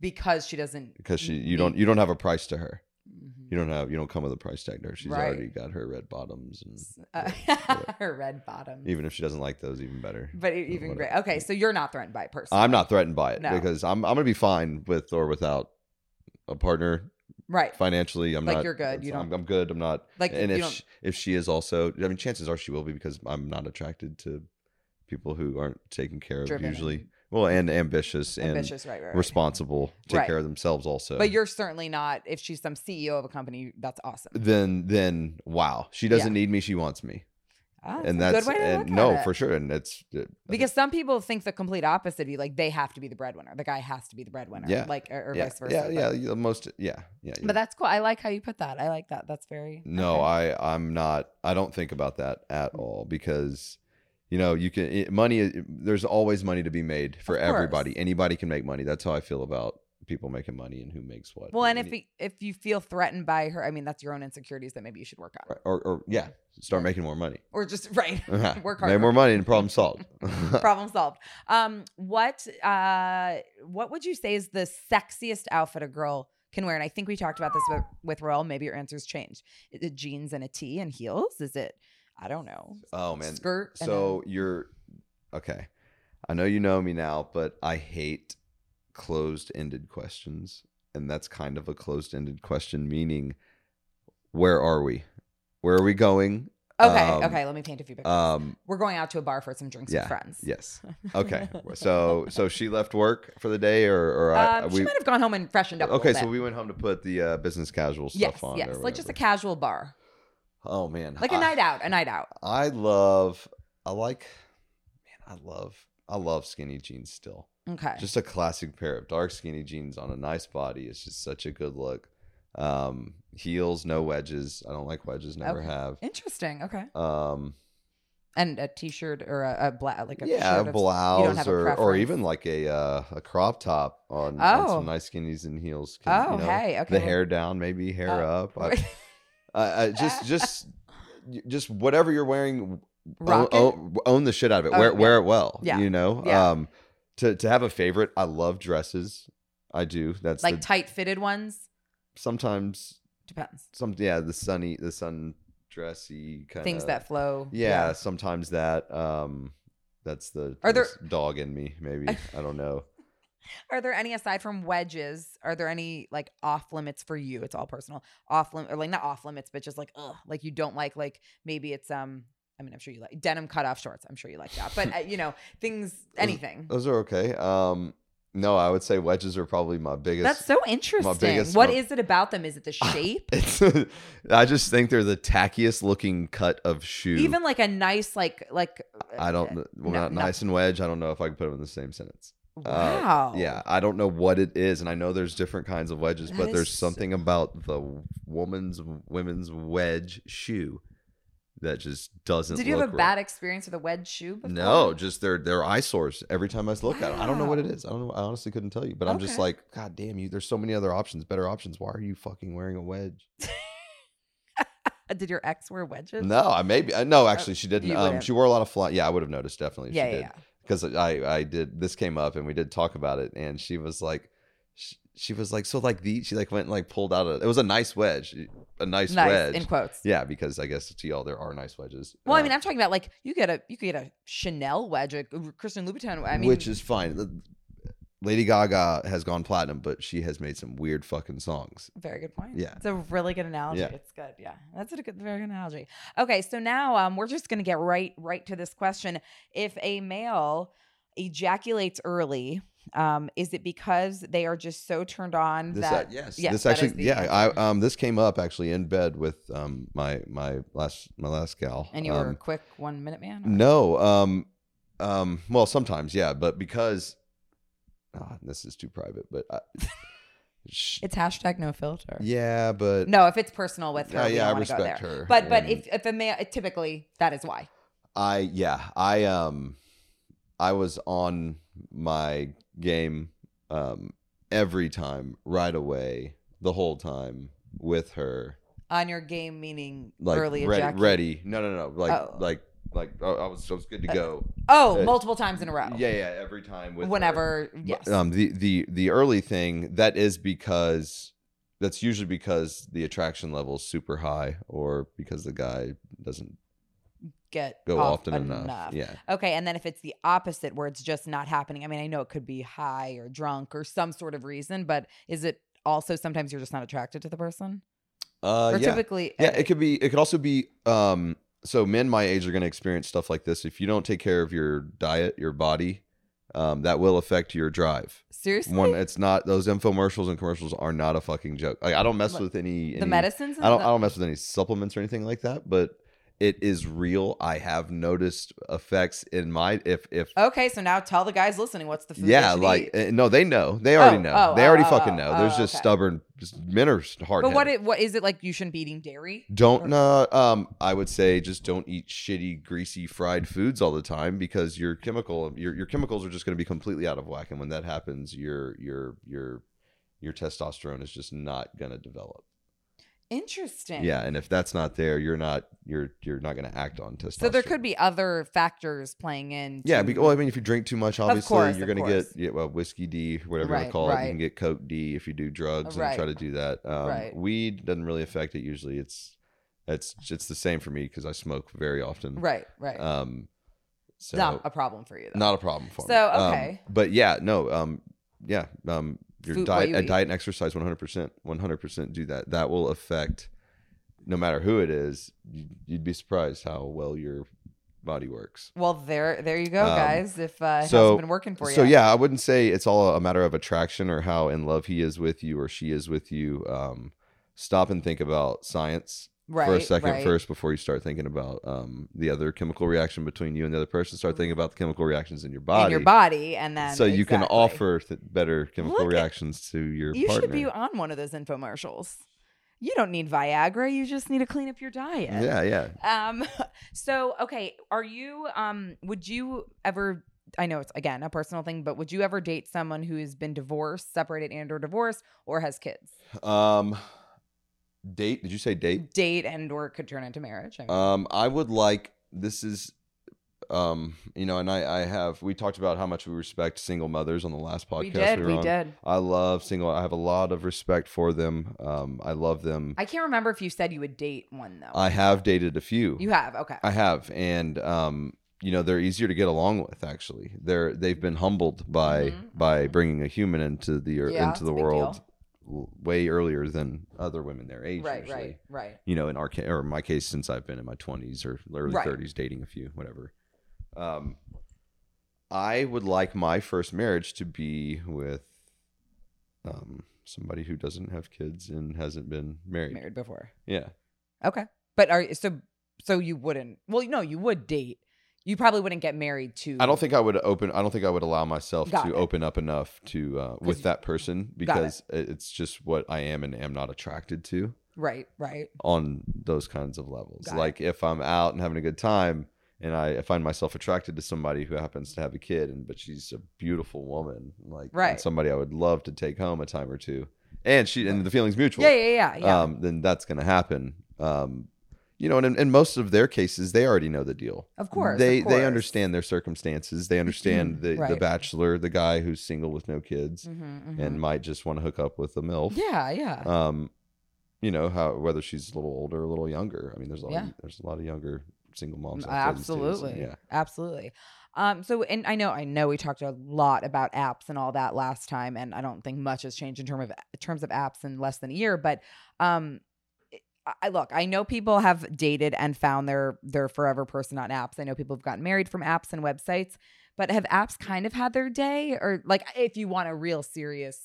A: because she doesn't
B: because she you don't you don't have a price to her.
A: Mhm.
B: You don't have you don't come with a price tag to her. She's
A: Right.
B: already got her red bottoms, and
A: Uh,
B: yeah.
A: her red bottom
B: even if she doesn't like those, even better.
A: but e- even
B: whatever.
A: great okay so you're not threatened by it personally
B: I'm not threatened by it
A: No.
B: because I'm I'm gonna be fine with or without a partner
A: right
B: financially. I'm
A: Like,
B: not
A: you're good, you
B: I'm,
A: don't-
B: I'm good. I'm not
A: like
B: and
A: you
B: if
A: don't
B: she, if she is also, I mean, chances are she will be because I'm not attracted to people who aren't taken care of
A: Driven
B: usually.
A: and-
B: Well, and ambitious and
A: ambitious right right, right.
B: responsible, take
A: Right.
B: care of themselves also.
A: but you're certainly not if she's some ceo of a company that's awesome
B: then then wow, she doesn't need me, she wants me,
A: Ah,
B: and
A: a
B: that's
A: good way to
B: and
A: look at
B: no
A: it.
B: for sure, and that's uh,
A: Because some people think the complete opposite of you, like they have to be the breadwinner. The guy has to be the breadwinner.
B: Yeah.
A: Like or, or
B: yeah,
A: vice versa.
B: yeah,
A: but-
B: yeah, the most yeah, yeah. yeah.
A: But that's cool. I like how you put that. I like that. That's very
B: No,
A: okay. Mm.
B: I I'm not. I don't think about that at all because, you know, you can it, money. i- There's always money to be made for
A: Of course.
B: everybody. Anybody can make money. That's how I feel about people making money and who makes what.
A: Well, and if
B: any-
A: y- if you feel threatened by her, I mean that's your own insecurities that maybe you should work on,
B: or or yeah, start making more money.
A: or just right. Work
B: Make
A: harder.
B: more money and problem solved.
A: Problem solved. Um, what uh, what would you say is the sexiest outfit a girl can wear? And I think we talked about this with, with Royal. Maybe your answers changed. Is it jeans and a tee and heels? Is it I don't know
B: oh man.
A: skirt? and a-
B: So you're okay. I know you know me now, but I hate closed-ended questions, and that's kind of a closed-ended question, meaning, where are we? Where are we going?
A: Okay,
B: Um,
A: okay. Let me paint a few pictures.
B: Um,
A: We're going out to a bar for some drinks
B: Yeah,
A: with friends.
B: yes. Okay. So, so she left work for the day, or or I,
A: um, she
B: Uh, we.
A: might have gone home and freshened up. a
B: Okay,
A: little
B: so
A: bit.
B: we went home to put the uh, business casual stuff
A: yes,
B: on.
A: yes,
B: or
A: like just a
B: whatever.
A: casual bar,
B: Oh man,
A: like a
B: I-
A: night out, a night out.
B: I love. I like. Man, I love. I love skinny jeans still.
A: Okay,
B: Just a classic pair of dark skinny jeans on a nice body is just such a good look. Um, heels, no wedges. I don't like wedges. Never
A: Okay.
B: have.
A: interesting. Okay,
B: Um,
A: and a t-shirt or a, a black, like a
B: yeah,
A: shirt
B: a
A: of-
B: blouse
A: have a
B: or or
A: preference.
B: even like a uh, a crop top on, on
A: Oh.
B: some nice skinnies and heels.
A: Oh, hey, okay,
B: the
A: well-
B: hair down, maybe hair
A: Uh,
B: up. I, I, I just just just whatever you're wearing, own,
A: Rock it?
B: own, own the shit out of it.
A: Oh,
B: wear
A: yeah.
B: wear it well.
A: Yeah.
B: you know.
A: Yeah.
B: Um, to to have a favorite, I love dresses. I do. That's
A: like
B: the,
A: tight fitted ones.
B: sometimes
A: Depends.
B: some yeah the sunny the sun dressy kind
A: Things
B: of
A: that flow.
B: yeah, sometimes that um that's the
A: Are there-
B: this dog in me maybe i don't know
A: Are there any aside from wedges? Are there any like off limits for you? It's all personal. Off limit or like not off limits, but just like ugh, like you don't like like maybe it's um. I mean, I'm sure you like denim cut off shorts. I'm sure you like that, but uh, you know things, anything.
B: those are okay um no i would say wedges are probably my biggest
A: That's so interesting. What is
B: biggest- my-
A: it about them? Is it the shape?
B: it's i just think they're the tackiest looking cut of shoe
A: Even like a nice like like.
B: i don't well
A: no,
B: not
A: no.
B: nice and wedge i don't know if i can put them in the same sentence uh,
A: Wow.
B: yeah i don't know what it is and i know there's different kinds of wedges
A: Oh. That
B: but there's
A: is-
B: something about the woman's women's wedge shoe that just doesn't
A: Did you
B: look
A: have a
B: right.
A: bad experience with a wedge shoe? Before?
B: No, just they're they're eyesores every time I look at them. I don't know what it
A: Wow.
B: is. I don't know. I honestly couldn't tell you, but I'm just
A: Okay.
B: like, God damn you! There's so many other options, better options. Why are you fucking wearing a wedge?
A: Uh, Did your ex wear wedges?
B: No, I maybe I- no. Actually, she didn't.
A: Oh, you
B: Um,
A: wouldn't.
B: she wore a lot of fly. Yeah, I would have noticed definitely. if
A: Yeah,
B: she
A: yeah,
B: did.
A: yeah.
B: because I I did this came up and we did talk about it and she was like she, she was like so like the she like went and like pulled out a it was a nice wedge a nice,
A: nice
B: wedge
A: in quotes.
B: yeah because I guess to y'all there are nice wedges
A: Well, I
B: Uh,
A: mean, I'm talking about like you get a you could get a Chanel wedge, a Christian Louboutin. I mean,
B: which is fine The- Lady Gaga has gone platinum but she has made some weird fucking songs
A: very good point.
B: Yeah.
A: it's a really good analogy.
B: Yeah.
A: It's good. Yeah, that's a good, very good analogy. Okay, so now um, we're just gonna get right right to this question. If a male ejaculates early, um, is it because they are just so turned on
B: This
A: that?
B: uh, yes,
A: yes,
B: this
A: that
B: actually
A: is the
B: yeah.
A: answer.
B: I um this came up actually in bed with um my my last my last gal.
A: and you were a
B: Um,
A: quick one minute man? or-
B: No. Um. Um. Well, sometimes, yeah, but because ah, this is too private, but I, sh-
A: It's hashtag no filter.
B: yeah, but
A: No, if it's personal with her,
B: Yeah,
A: we
B: yeah,
A: don't
B: I
A: wanna go
B: respect
A: there.
B: her,
A: But but
B: and-
A: if if a man typically that is why.
B: I yeah I um I was on my game um every time right away the whole time with her
A: On your game meaning
B: like
A: early
B: re-
A: ejaculation.
B: ready no no no like
A: Oh.
B: like like oh, I was I was good to go
A: Oh,
B: Uh,
A: multiple times in a row.
B: yeah yeah every time with her.
A: Whenever yes.
B: um the the the early thing that is because that's usually because the attraction level's super high or because the guy doesn't
A: get
B: go
A: off
B: often enough, yeah
A: Okay, and then if it's the opposite where it's just not happening, I mean, I know it could be high or drunk or some sort of reason, but is it also sometimes you're just not attracted to the person?
B: uh
A: or
B: yeah
A: typically,
B: yeah it could be it could also be um so men my age are going to experience stuff like this if you don't take care of your diet your body um that will affect your drive
A: seriously
B: one it's not those infomercials and commercials are not a fucking joke like i don't mess
A: Look,
B: with any,
A: the
B: any-
A: medicines. and
B: I don't,
A: the-
B: I don't mess with any supplements or anything like that, but it is real. I have noticed effects in my if if
A: okay, so now tell the guys listening what's the food. they
B: yeah,
A: should eat.
B: like eh, no, they know. They already
A: Oh,
B: know.
A: oh,
B: they
A: oh,
B: already
A: oh,
B: fucking
A: oh,
B: know. There's
A: oh,
B: just
A: okay.
B: stubborn just, men are hard.
A: but what? It, what is it like? You shouldn't be eating dairy.
B: don't know. Um, I would say just don't eat shitty, greasy, fried foods all the time because your chemical your your chemicals are just going to be completely out of whack, and when that happens, your your your your testosterone is just not going to develop.
A: Interesting.
B: Yeah, and if that's not there, you're not you're you're not going to act on testosterone.
A: So there could be other factors playing in.
B: Yeah,
A: to-
B: because, well, I mean, if you drink too much, obviously
A: course,
B: you're
A: of
B: going to
A: course.
B: get yeah, well, whiskey D, whatever you want
A: Right,
B: to call it.
A: right.
B: You can get Coke D if you do drugs
A: Right.
B: and try to do that. Um,
A: Right.
B: Weed doesn't really affect it usually. It's it's it's the same for me because I smoke very often.
A: right, right.
B: Um, so
A: not a problem for you. Though.
B: not a problem for me.
A: So,
B: Um,
A: okay.
B: but yeah, no. Um, yeah. Um, your
A: Food, what
B: diet,
A: you
B: uh,
A: eat.
B: diet and exercise, one hundred percent, one hundred percent. Do that. That will affect, no matter who it is. you- You'd be surprised how well your body works.
A: Well, there, there you go,
B: Um,
A: guys. If uh, it
B: so-
A: hasn't been working for you,
B: So yeah, I wouldn't say it's all a matter of attraction or how in love he is with you or she is with you. Um, stop and think about science
A: right,
B: for a second
A: right.
B: first before you start thinking about um, the other chemical reaction between you and the other person. Start thinking about the chemical reactions in your body.
A: in your body, and then
B: so you can
A: exactly.
B: offer th- better chemical
A: Look at-
B: reactions to your
A: You
B: partner.
A: should be on one of those infomercials. You don't need Viagra. You just need to clean up your diet.
B: yeah, yeah.
A: Um. So okay, are you? Um. Would you ever? I know it's again a personal thing, but would you ever date someone who has been divorced, separated, and/or divorced, or has kids?
B: Um, date? Did you say date?
A: Date and/or could turn into marriage. I mean,
B: Um, I would like this is, um, you know, and I I have we talked about how much we respect single mothers on the last podcast.
A: we did.
B: were
A: We
B: on.
A: did.
B: I love single. I have a lot of respect for them. Um, I love them. I,
A: I can't remember if you said you would date one though.
B: have dated a few.
A: you have okay.
B: I have, and um, you know, they're easier to get along with. Actually, they're they've been humbled by
A: Mhm,
B: by
A: mhm.
B: bringing a human into the ear
A: Yeah,
B: into the
A: it's a big
B: world w- way earlier than other women their age.
A: right.
B: usually.
A: Right. Right.
B: you know, in our case, or in my case, since I've been in my 20s or early
A: Right.
B: 30s, dating a few, whatever. Um, I would like my first marriage to be with um, somebody who doesn't have kids and hasn't been married.
A: Married before.
B: Yeah.
A: Okay. But are so so you wouldn't well no, you would date. You probably wouldn't get married to
B: I don't think I would open, I don't think I would allow myself
A: Got
B: to
A: it.
B: open up enough to, uh,
A: you-
B: with that person because it- it's just what I am and am not attracted to.
A: Right, right.
B: on those kinds of levels.
A: Got it.
B: like if I'm out and having a good time and I find myself attracted to somebody who happens to have a kid and but she's a beautiful woman, like and
A: Right.
B: somebody I would love to take home a time or two. And she and the feeling's mutual.
A: Yeah, yeah, yeah. yeah.
B: Um, then that's gonna happen. Um you know, and in, in most of their cases, they already know the deal.
A: Of course,
B: they
A: of
B: they
A: course. Mm-hmm.
B: understand their circumstances. They understand the the
A: Right.
B: bachelor, the guy who's single with no kids,
A: Mhm, mhm.
B: and might just want to hook up with a milf
A: yeah, yeah.
B: um you know how whether she's a little older or a little younger i mean there's a lot
A: Yeah.
B: of, there's a lot of younger single moms out there these days, and
A: Absolutely.
B: yeah
A: Absolutely. Um, so and I know I know we talked a lot about apps and all that last time, and I don't think much has changed in term of in terms of apps in less than a year, but um I- I look, I know people have dated and found their their forever person on apps. I know people have gotten married from apps and websites, But have apps kind of had their day, or like if you want a real serious?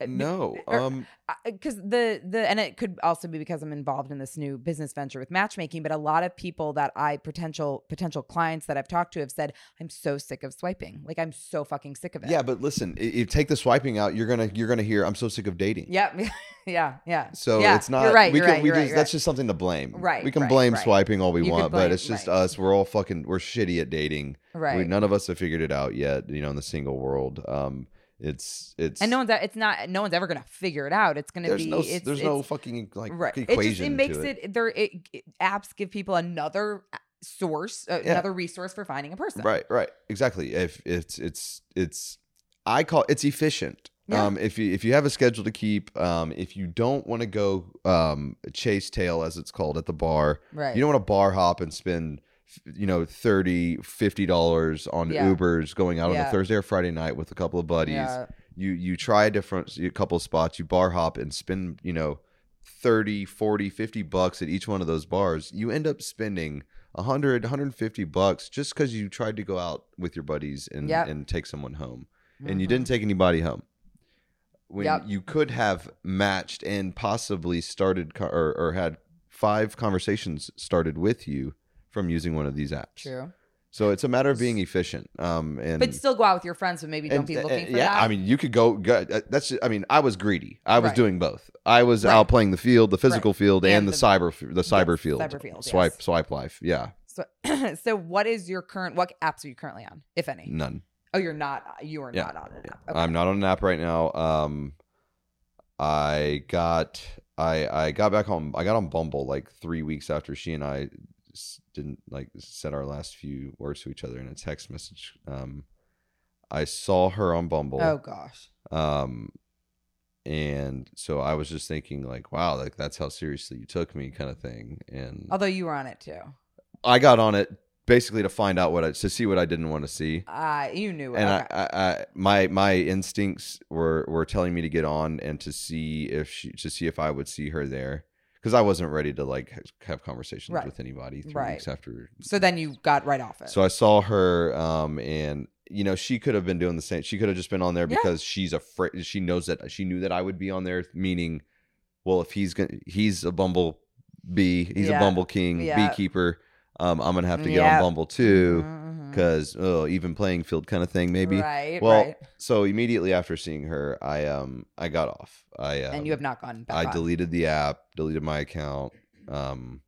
A: Uh,
B: No.
A: or-
B: Um
A: because the the and it could also be because I'm involved in this new business venture with matchmaking. But a lot of people that I potential potential clients that I've talked to have said, "I'm so sick of swiping. Like I'm so fucking sick of it."
B: yeah, but listen, i- if you take the swiping out, you're going to you're going to hear I'm so sick of dating.
A: yeah, yeah, yeah.
B: So
A: Yeah,
B: it's not
A: You're right.
B: we
A: you're
B: can
A: right,
B: we
A: you're
B: just
A: right, you're
B: that's
A: right.
B: just something to blame.
A: Right,
B: We can
A: right,
B: blame
A: right.
B: swiping all we
A: You can
B: want,
A: blame-
B: but it's just
A: right.
B: us. We're all fucking we're shitty at dating.
A: right.
B: We, none of us have figured it out yet, you know, in the single world. Um it's it's
A: and no one's e, it's not no one's ever gonna figure it out. It's gonna
B: there's
A: be
B: no s-
A: it's,
B: there's
A: it's,
B: no fucking like
A: right. It
B: equation
A: just it makes
B: to
A: it, there. It, it- apps give people another source, uh,
B: Yeah.
A: another resource for finding a person.
B: Right, right, exactly. If it's it's it's I call it's efficient.
A: Yeah.
B: Um, if you if you have a schedule to keep, um, if you don't want to go um, chase tail as it's called at the bar,
A: Right.
B: you don't want to bar hop and spend you know 30 50 dollars on
A: Yeah.
B: ubers going out on
A: Yeah.
B: a thursday or friday night with a couple of buddies
A: Yeah.
B: you you try a different a couple of spots you bar hop and spend you know 30 40 50 bucks at each one of those bars you end up spending 100 150 bucks just because you tried to go out with your buddies and
A: Yep.
B: and take someone home and you
A: Mhm.
B: didn't take anybody home when
A: Yep.
B: you could have matched and possibly started co- or, or had five conversations started with you from using one of these apps
A: True.
B: so it's a matter of being efficient um and
A: But still go out with your friends, but maybe don't
B: and-
A: be
B: and-
A: looking for
B: yeah,
A: that.
B: I mean, you could go. go uh, that's. ju- I mean, I was greedy. I was
A: Right.
B: doing both. I was
A: Right.
B: out playing the field, the physical field, and,
A: And
B: the,
A: the-
B: cyber, f- the cyber
A: Yes,
B: field.
A: cyber field,
B: Swipe,
A: yes.
B: swipe life. Yeah,
A: So, so what is your current? What apps are you currently on, if any?
B: none.
A: Oh, you're not. You are
B: Yeah.
A: not on an app. Okay.
B: I'm not on an app right now. Um, I got. I I got back home. I got on Bumble like three weeks after she and I s- didn't like said our last few words to each other in a text message. Um, I saw her on Bumble.
A: oh gosh.
B: um and so i was just thinking like wow like that's how seriously you took me kind of thing and
A: Although you were on it too.
B: i got on it basically to find out what i to see what i didn't want to see
A: Uh, you knew it.
B: and
A: okay.
B: I, I, I my my instincts were were telling me to get on and to see if she to see if i would see her there because i wasn't ready to like ha- have conversations
A: Right.
B: with anybody three
A: Right.
B: weeks after
A: so then you got right off it.
B: so I saw her, um, and you know, she could have been doing the same. She could have just been on there
A: Yeah.
B: because she's afraid. She knows that she knew that I would be on there. Meaning, well, if he's gonna, he's a Bumble bee, he's
A: Yeah.
B: a Bumble king,
A: Yeah.
B: beekeeper. Um, I'm gonna have to get
A: Yeah.
B: on Bumble too
A: Mhm, mhm.
B: because oh, even playing field kind of thing maybe.
A: Right.
B: Well,
A: right.
B: So immediately after seeing her, I um I got off. I um,
A: and you have not gone back.
B: I
A: on.
B: deleted the app, deleted my account. Um,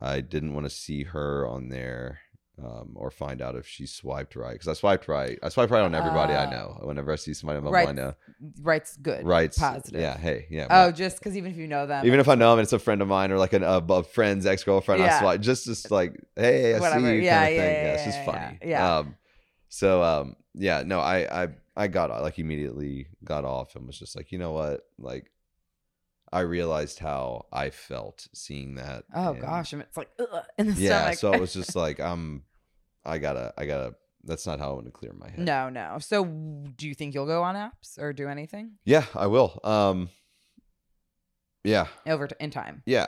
B: I didn't want to see her on there um, or find out if she swiped right because I swiped right. I swipe right on everybody I
A: Uh,
B: know. Whenever I see somebody on my
A: right,
B: I know.
A: Right's good.
B: Right,
A: positive.
B: Yeah, hey, yeah.
A: Oh,
B: right.
A: just because even if you know them,
B: Even if I know him, and it's a friend of mine or like an, a, a friend's ex girlfriend.
A: Yeah.
B: I swipe just just like hey, I
A: Whatever.
B: see you
A: Yeah,
B: kind of
A: yeah,
B: thing.
A: yeah,
B: Yeah, it's just
A: yeah,
B: funny.
A: yeah, yeah.
B: Um, so um, yeah, no, I I I got off, like immediately got off and was just like, you know what, like. I realized how I felt seeing that.
A: oh
B: and-
A: gosh, and it's like ugh, in the
B: yeah.
A: stomach.
B: So it was just like, um, I gotta, I gotta. That's not how I want to clear my head.
A: no, no. So do you think you'll go on apps or do anything
B: Yeah, I will. Um, yeah,
A: over t- in time?
B: yeah.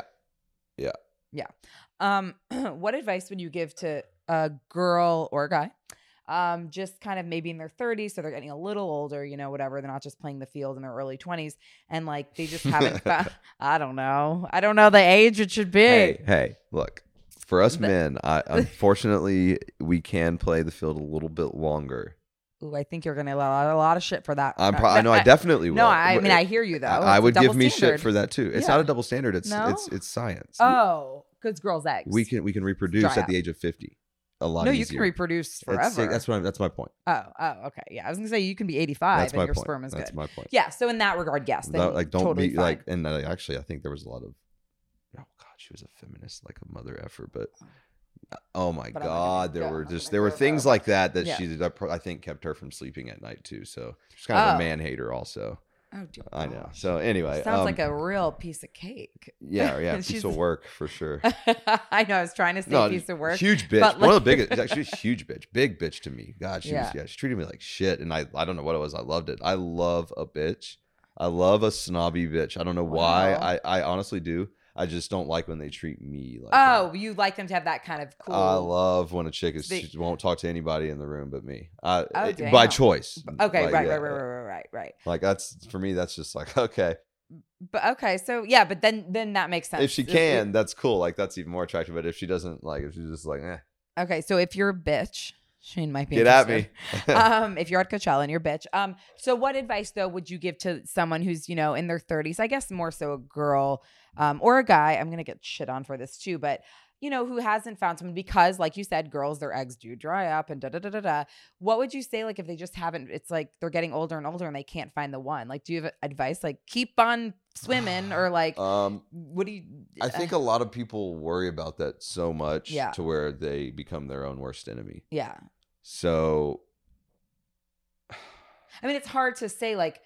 A: Um, what advice would you give to a girl or a guy? Um, just kind of maybe in their 30s, so they're getting a little older, you know, whatever. They're not just playing the field in their early 20s, and like they just haven't. found, I don't know. I don't know the age it should be.
B: Hey, hey, look. For us
A: But-
B: men, I unfortunately we can play the field a little bit longer.
A: Ooh, I think you're gonna allow a lot lot of shit for that.
B: I'm. Pro- I know. I definitely will.
A: No, I
B: But
A: mean I hear you though.
B: I-
A: It's
B: I
A: a
B: would
A: double
B: give me
A: standard.
B: shit for that too. It's
A: Yeah.
B: not a double standard. It's
A: No?
B: it's it's science.
A: Oh, because girls' eggs.
B: we can we can
A: Dry
B: reproduce
A: out.
B: at the age of fifty. A lot.
A: No,
B: easier.
A: you can reproduce
B: It's- uh,
A: forever.
B: That's what. I'm, that's my point.
A: oh, oh, okay. Yeah, I was gonna say you can be 85
B: That's
A: and
B: my
A: your
B: point.
A: sperm is
B: that's
A: good.
B: my point.
A: Yeah. So in that regard, yes. Then
B: Without, like don't
A: totally
B: be
A: fine.
B: like and I, actually i think there was a lot of oh god she was a feminist like a mother effort but oh my
A: But I'm not gonna
B: god there
A: go-
B: were
A: I'm
B: just
A: gonna
B: there were
A: go
B: things
A: about-
B: like that that
A: Yeah.
B: she that pro- i think kept her from sleeping at night too so she's kind of
A: Oh.
B: a man hater also
A: Oh, dear
B: i know
A: gosh.
B: so anyway
A: Sounds
B: um,
A: like a real piece of cake.
B: yeah yeah piece
A: She's-
B: of work for sure
A: I know. I was trying to say
B: No,
A: piece of work.
B: huge bitch.
A: but,
B: One of the
A: like-
B: biggest, actually, she's a huge bitch, big bitch to me. God, she
A: Yeah.
B: was, yeah, she treated me like shit, and I, I don't know what it was. I loved it. I love a bitch. I love a snobby bitch. I don't know
A: Wow.
B: why. I, I honestly do. I just don't like when they treat me like. that.
A: Oh, you like them to have that kind of cool.
B: I love when a chick is
A: They-
B: she won't talk to anybody in the room but me. I,
A: Oh,
B: it- by
A: damn.
B: choice.
A: okay,
B: Like,
A: right,
B: yeah,
A: right, right, right, right, right, right.
B: Like that's for me. That's just like okay.
A: But okay, so yeah, but then then that makes sense.
B: If she can, that's cool. Like that's even more attractive. But if she doesn't, like if she's just like, eh,
A: okay, so if you're a bitch, Shane might be.
B: get at me.
A: interested. um, if you're at Coachella and you're a bitch. Um, so what advice though would you give to someone who's you know in their 30s? I guess more so a girl, um, or a guy. I'm gonna get shit on for this too, but you know who hasn't found someone because, like you said, girls their eggs do dry up and da da da da da. What would you say like if they just haven't? It's like they're getting older and older and they can't find the one. Like, do you have advice? Like, keep on swimming or like.
B: um,
A: what do you?
B: I think a lot of people worry about that so much
A: Yeah.
B: to where they become their own worst enemy.
A: yeah.
B: So
A: I mean, it's hard to say like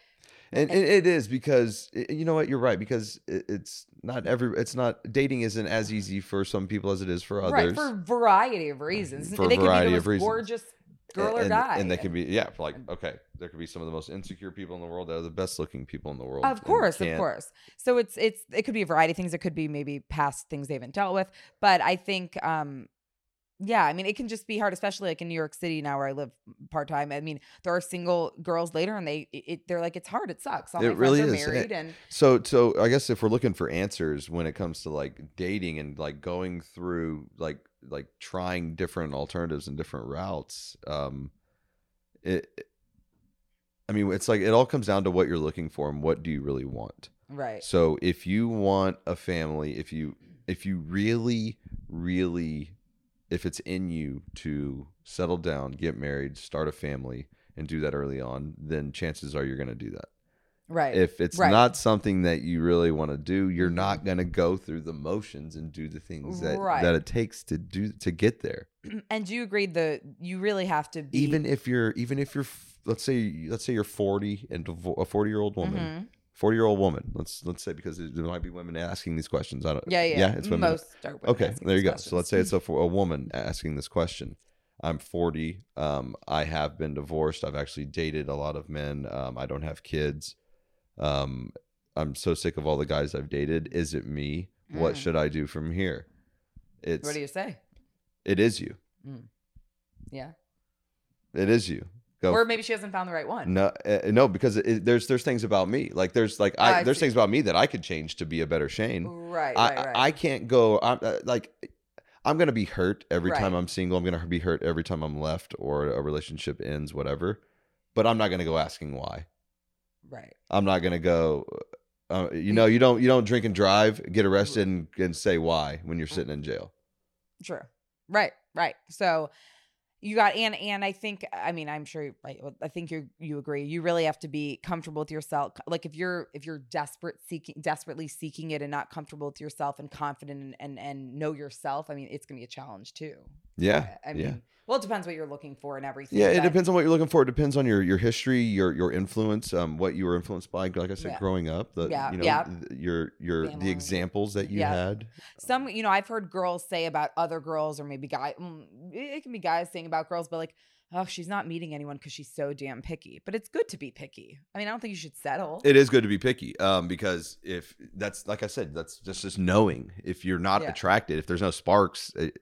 B: and it, it is because i- you know what you're right because it, it's not every it's not dating isn't as easy for some people as it is for
A: right
B: others
A: for variety of reasons.
B: For
A: they could
B: variety
A: be the
B: of
A: most
B: reasons.
A: gorgeous girl
B: and,
A: or guy,
B: and they can be yeah like okay there could be some of the most insecure people in the world that are the best looking people in the world
A: Of
B: and
A: course, of
B: can't-
A: course. So it's it's it could be a variety of things. It could be maybe past things they haven't dealt with. But I think um yeah, I mean it can just be hard, especially like in New York City now where I live part time. I mean, there are single girls later and they it, it- they're like, it's hard, it sucks. All
B: It
A: my
B: really
A: friends are
B: is, and
A: married
B: it-
A: and
B: so so i guess if we're looking for answers when it comes to like dating and like going through like like trying different alternatives and different routes um it i mean it's like it all comes down to what you're looking for and what do you really want
A: right.
B: So if you want a family, if you if you really really if it's in you to settle down, get married, start a family and do that early on, then chances are you're going to do that.
A: Right.
B: If it's
A: Right. Mm-hmm.
B: not something that you really want to do, you're not going to go through the motions and do the things that
A: Right.
B: that it takes to do to get there.
A: and do you agree the you really have to be
B: Even if you're even if you're f- let's say let's say you're 40 and divo- a 40-year-old woman.
A: Mhm.
B: 40 year old woman let's let's say because there might be women asking these questions i don't
A: Yeah, yeah.
B: yeah it's women
A: most are women
B: okay
A: asking
B: there you
A: these
B: go
A: questions.
B: so let's say it's a, fo- a woman asking this question i'm 40 um i have been divorced i've actually dated a lot of men um i don't have kids um i'm so sick of all the guys i've dated is it me what
A: Mm.
B: should i do from here it's
A: what do you say?
B: it is you
A: Yeah.
B: it is you go
A: Or maybe she hasn't found the right one.
B: No, uh, no, because it, it- there's there's things about me. Like there's like I,
A: Oh, I
B: there's
A: see.
B: things about me that I could change to be a better Shane.
A: Right,
B: I,
A: right, right.
B: I can't go. I'm uh, like, I'm gonna be hurt every time
A: Right.
B: I'm single. I'm gonna be hurt every time I'm left or a relationship ends, whatever. But I'm not gonna go asking why.
A: right.
B: I'm not gonna go. Uh, you know, you don't you don't drink and drive, get arrested, and, and say why when
A: Mm.
B: you're sitting in jail.
A: True. Right. Right. So you got and and I think I mean I'm sure right, I think you you agree. You really have to be comfortable with yourself. Like if you're if you're desperate seeking desperately seeking it and not comfortable with yourself and confident and and, and know yourself. I mean it's gonna be a challenge too.
B: Yeah,
A: I, I mean,
B: yeah.
A: well, it depends what you're looking for and everything.
B: Yeah, it
A: but-
B: depends on what you're looking for. It depends on your your history, your your influence, um, what you were influenced by. Like I said,
A: Yeah.
B: growing up, the
A: Yeah,
B: you know
A: yeah.
B: th- your your
A: Family.
B: the examples that you
A: Yeah.
B: had.
A: some you know i've heard girls say about other girls or maybe guy mm, it it can be guys saying about girls but like oh she's not meeting anyone because she's so damn picky but it's good to be picky i mean i don't think you should settle
B: It is good to be picky, um, because if that's like I said, that's just just knowing if you're not
A: Yeah.
B: attracted, if there's no sparks, it,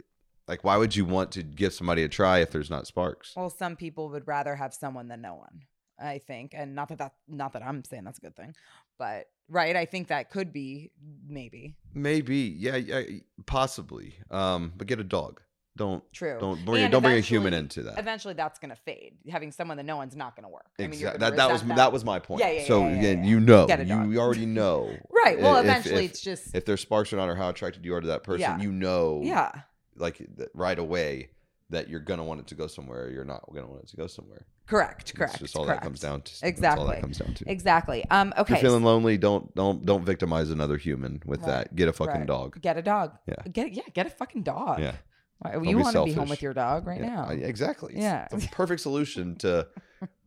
B: like why would you want to give somebody a try if there's not sparks?
A: well some people would rather have someone than no one i think and not that that not that i'm saying that's a good thing but right i think that could be maybe
B: Maybe, yeah, yeah possibly. Um, but get a dog. Don't
A: true
B: don't bring
A: And
B: don't bring a human
A: eventually-
B: into that.
A: eventually that's gonna fade having someone that no one's not gonna work I mean, you're
B: Exactly.
A: gonna
B: That, that was
A: resent
B: that, was my point.
A: Yeah, yeah,
B: so
A: yeah, yeah,
B: again,
A: yeah.
B: you know,
A: Get a dog.
B: you already know.
A: right well
B: if- if-
A: eventually
B: if,
A: it's just
B: if there's sparks or not, or how attracted you are to that person,
A: Yeah.
B: you know,
A: yeah
B: like th- right away that you're gonna want it to go somewhere, or you're not gonna want it to go somewhere.
A: correct correct
B: That's just all
A: correct.
B: that comes down to. That's all
A: Exactly.
B: that comes down to.
A: Exactly. Um.
B: If you're
A: Okay.
B: feeling lonely, don't don't don't victimize another human with
A: Right.
B: that. Get a fucking
A: Right.
B: dog.
A: Get a dog.
B: Yeah.
A: Get yeah. Get a fucking dog.
B: Yeah.
A: Why- you
B: be
A: want to be home
B: selfish.
A: with your dog right
B: Yeah,
A: now?
B: I- exactly. It's
A: Yeah.
B: the perfect solution to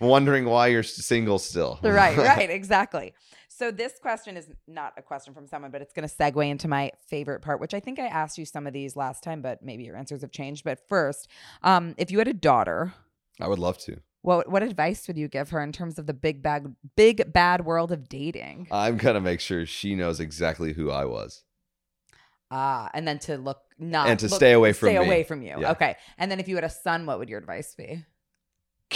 B: wondering why you're s- single still.
A: right. Right. Exactly. So this question is not a question from someone, but it's going to segue into my favorite part, which I think I asked you some of these last time, but maybe your answers have changed. But first, um, if you had a daughter,
B: I would love to.
A: What what advice would you give her in terms of the big bad big bad world of dating?
B: I'm gonna make sure she knows exactly who I was.
A: Ah, and then to look not
B: And to
A: Ah, look-
B: stay away from
A: stay
B: me.
A: away from you.
B: Yeah.
A: Okay. And then if you had a son, what would your advice be?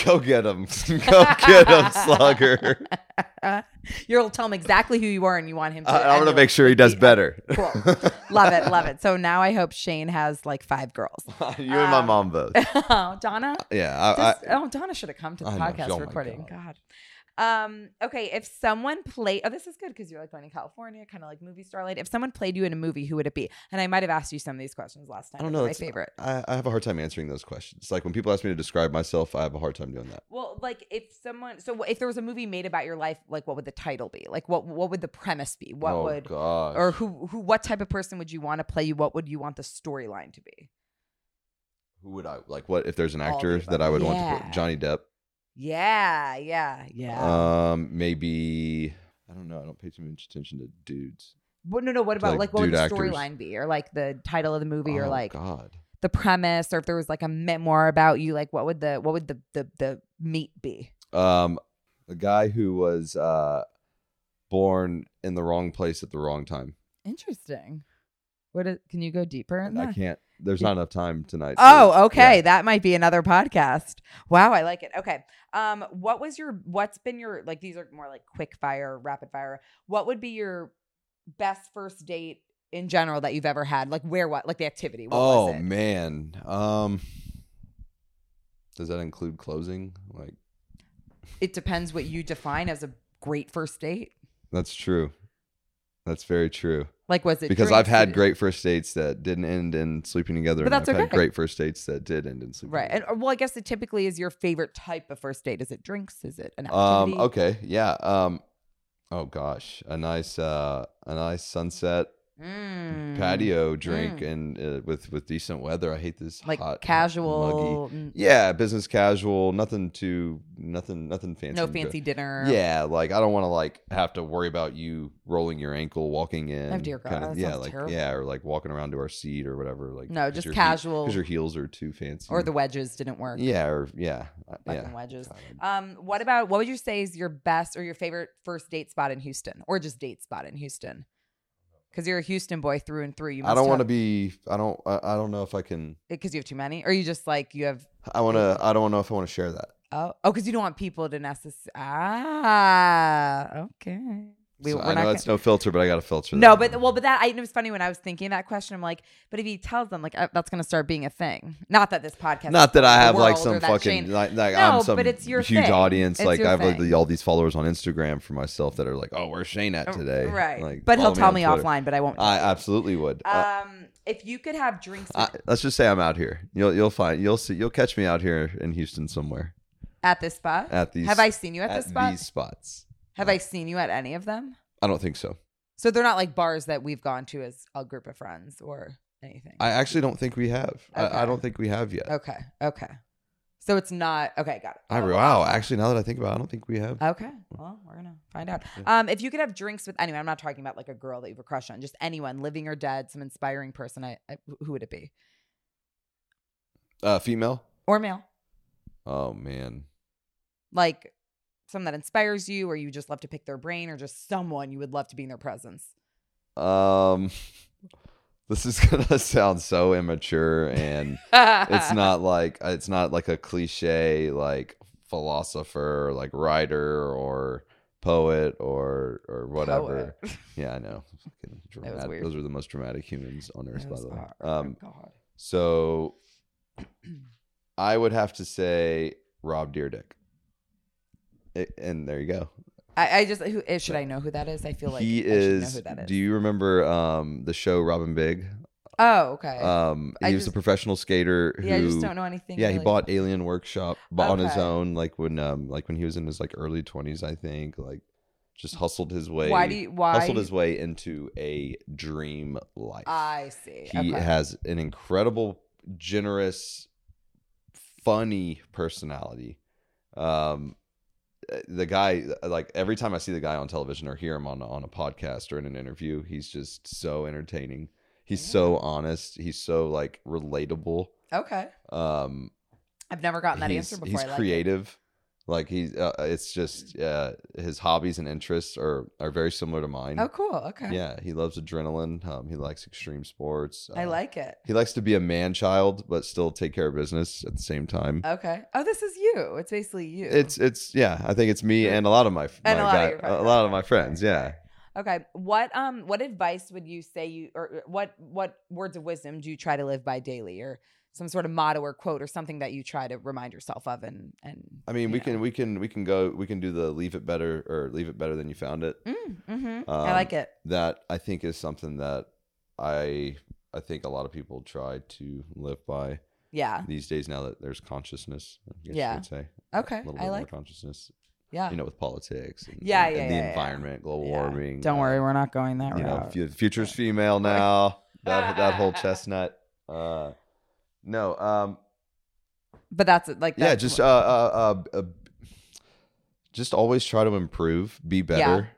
B: Go get him. Go get him, Slugger.
A: You'll tell him exactly who you are, and you want him to.
B: I- I'm gonna
A: emulate
B: make sure he
A: the
B: does
A: beat.
B: better.
A: Cool. love it, love it. So now I hope Shane has like five girls.
B: you and my
A: Um,
B: mom both.
A: oh, Donna.
B: Yeah, I,
A: This- oh, Donna should have come to the
B: I know,
A: podcast
B: oh my
A: recording. God. Um, okay, if someone played, oh, this is good because you're like going to California, kind of like movie starlight. If someone played you in a movie, who would it be? And I might have asked you some of these questions last time.
B: I don't
A: It's My
B: know, it's- uh,
A: favorite.
B: I, I have a hard time answering those questions. Like when people ask me to describe myself, I have a hard time doing that.
A: Well, like if someone, so if there was a movie made about your life, like what would the title be? Like what what would the premise be? What
B: oh
A: would
B: gosh.
A: or who who what type of person would you want to play you? What would you want the storyline to be?
B: who would I like? What if there's an
A: All the
B: actor
A: above.
B: that I would want to
A: Yeah.
B: put Johnny Depp?
A: Yeah, yeah, yeah.
B: Um, maybe I don't know. I don't pay too much attention to dudes.
A: What, no, no. What
B: to,
A: about like,
B: like,
A: what would
B: dude
A: the
B: actors.
A: storyline be, or like the title of the movie, or
B: Oh,
A: like
B: God.
A: the premise, or if there was like a memoir about you, like what would the what would the the the meat be?
B: Um, a guy who was uh born in the wrong place at the wrong time.
A: Interesting. What is, can you go deeper in
B: I
A: that?
B: can't. There's not enough time tonight. to-
A: Oh, okay.
B: yeah.
A: That might be another podcast. Wow, I like it. Okay. Um, what was your what's been your like these are more like quick fire, rapid fire. What would be your best first date in general that you've ever had? Like where what like the activity? What was
B: Oh
A: it?
B: man. Um, does that include closing? Like
A: It depends what you define as a great first date.
B: that's true. That's very true.
A: Like was it
B: because
A: drinks?
B: I've had
A: Did it-
B: great first dates that didn't end in sleeping together,
A: But
B: and
A: that's
B: I've had
A: okay.
B: great first dates that did end in sleeping.
A: Right.
B: together.
A: And uh, well, I guess it typically is your favorite type of first date. Is it drinks? Is it an
B: Um.
A: activity?
B: Okay. Yeah. Um. Oh gosh, a nice, uh, a nice sunset
A: Mm.
B: patio drink,
A: Mm.
B: and uh, with with decent weather. I hate this
A: Like
B: hot, hot, muggy.
A: casual, n-
B: Yeah, business casual. Nothing too. Nothing. Nothing fancy.
A: no
B: but-
A: fancy dinner.
B: Yeah, like I don't want to like have to worry about you rolling your ankle walking in.
A: dear God, that
B: yeah,
A: sounds
B: like
A: terrible.
B: yeah, or like walking around to our seat or whatever. Like
A: No,
B: 'cause
A: just
B: your heel-
A: casual.
B: 'cause your heels are too fancy.
A: or the wedges didn't work.
B: yeah, or yeah, uh,
A: Fucking
B: yeah.
A: wedges.
B: God, I-
A: Um, what about what would you say is your best or your favorite first date spot in Houston, or just date spot in Houston? Because you're a Houston boy through and through. You
B: I don't want to be. I don't. I, I don't know if I can.
A: because you have too many, or you just like you have
B: I want to. I don't know if I want to share that.
A: oh oh because you don't want people to necessarily ah okay. We,
B: So
A: we're
B: I know
A: not
B: it's no filter, but I got to filter.
A: No,
B: that.
A: but well, but that I, it was funny when I was thinking that question. I'm like, but if he tells them, like, uh, that's going to start being a thing. Not that this podcast,
B: not that I
A: the
B: have like
A: world or
B: some
A: that
B: fucking
A: Shane-
B: like, like
A: No,
B: I'm some
A: but it's your
B: huge
A: thing.
B: audience.
A: It's
B: like
A: your
B: I have like,
A: thing.
B: all these followers on Instagram for myself that are like, oh, where's Shane at
A: Uh,
B: today?
A: right?
B: Like,
A: but he'll
B: follow
A: tell
B: on
A: me
B: Twitter.
A: offline. But I won't.
B: I absolutely would. Uh,
A: um, if you could have drinks with,
B: I, let's just say I'm out here. You'll you'll find you'll see you'll catch me out here in Houston somewhere
A: at this spot,
B: at these
A: have I seen you at,
B: at
A: this spot?
B: these spots.
A: have I seen you at any of them?
B: I don't think so.
A: So they're not like bars that we've gone to as a group of friends or anything.
B: I actually don't think we have. I,
A: Okay.
B: I don't think we have yet.
A: okay, okay. So it's not okay. Got it.
B: I wow. Actually, now that I think about, it, I don't think we have.
A: Okay. Well, we're gonna find out.
B: Yeah.
A: Um, if you could have drinks with anyone, I'm not talking about like a girl that you have a crush on, just anyone, living or dead, some inspiring person. I, I who would it be?
B: Uh, female.
A: Or male?
B: Oh man.
A: Like someone that inspires you, or you just love to pick their brain, or just someone you would love to be in their presence.
B: Um, this is gonna sound so immature, and it's not like it's not like a cliche like philosopher, like writer or poet or or whatever.
A: Poet.
B: Yeah, I know. Fucking
A: was
B: dramatic-
A: weird.
B: Those are the most dramatic humans on earth, by
A: Those
B: the way.
A: are-
B: Um,
A: oh, God.
B: so I would have to say Rob Deerdick. A- And there you go.
A: I, I just who eh, should I know who that is? I feel like
B: he
A: I should
B: is,
A: Know who that is.
B: Do you remember um, the show Robin Big?
A: oh, okay.
B: Um,
A: I
B: he was
A: just-
B: a professional skater. Who,
A: yeah, I just don't know anything.
B: yeah, he
A: really.
B: bought Alien Workshop bought on his
A: Okay.
B: own, like when um, like when he was in his like early twenties, I think. Like, just hustled his way.
A: Why do you? Why?
B: hustled his way into a dream life?
A: I see.
B: he
A: okay.
B: has an incredible, generous, funny personality. Um, the guy, like every time I see the guy on television or hear him on on a podcast or in an interview, he's just so entertaining. He's so honest. He's so like relatable.
A: okay.
B: Um,
A: I've never gotten that
B: he's,
A: answer before.
B: he's
A: I like it.
B: creative. Like he, uh, it's just uh, his hobbies and interests are are very similar to mine.
A: Oh, cool. Okay.
B: Yeah, he loves adrenaline. Um, he likes extreme sports.
A: I
B: uh,
A: like it.
B: He likes to be a man child, but still take care of business at the same time.
A: Okay. Oh, this is you. It's basically you.
B: It's it's yeah. I think it's me and a lot of my, my
A: And a lot of
B: guy-
A: your friends.
B: a lot of my friends. Yeah.
A: Okay. What um what advice would you say you or what what words of wisdom do you try to live by daily or some sort of motto or quote or something that you try to remind yourself of and and
B: I mean,
A: you
B: we
A: know.
B: can we can we can go we can do the leave it better or leave it better than you found it.
A: Mm, mhm. I
B: Um,
A: like it.
B: That I think is something that I I think a lot of people try to live by
A: Yeah.
B: these days now that there's consciousness. I guess
A: Yeah.
B: you would say
A: Okay.
B: a little
A: I
B: bit
A: like.
B: more consciousness.
A: Yeah.
B: You know, with politics. And,
A: Yeah,
B: and
A: yeah,
B: The
A: yeah, yeah.
B: environment, global
A: Yeah.
B: warming.
A: Don't
B: uh,
A: worry, we're not going that
B: you know,
A: route.
B: fu- future's female now. that that whole chestnut. Uh, no. Um.
A: but that's it. Like
B: yeah
A: that's
B: just uh,
A: what-
B: uh, uh, uh just always try to improve be better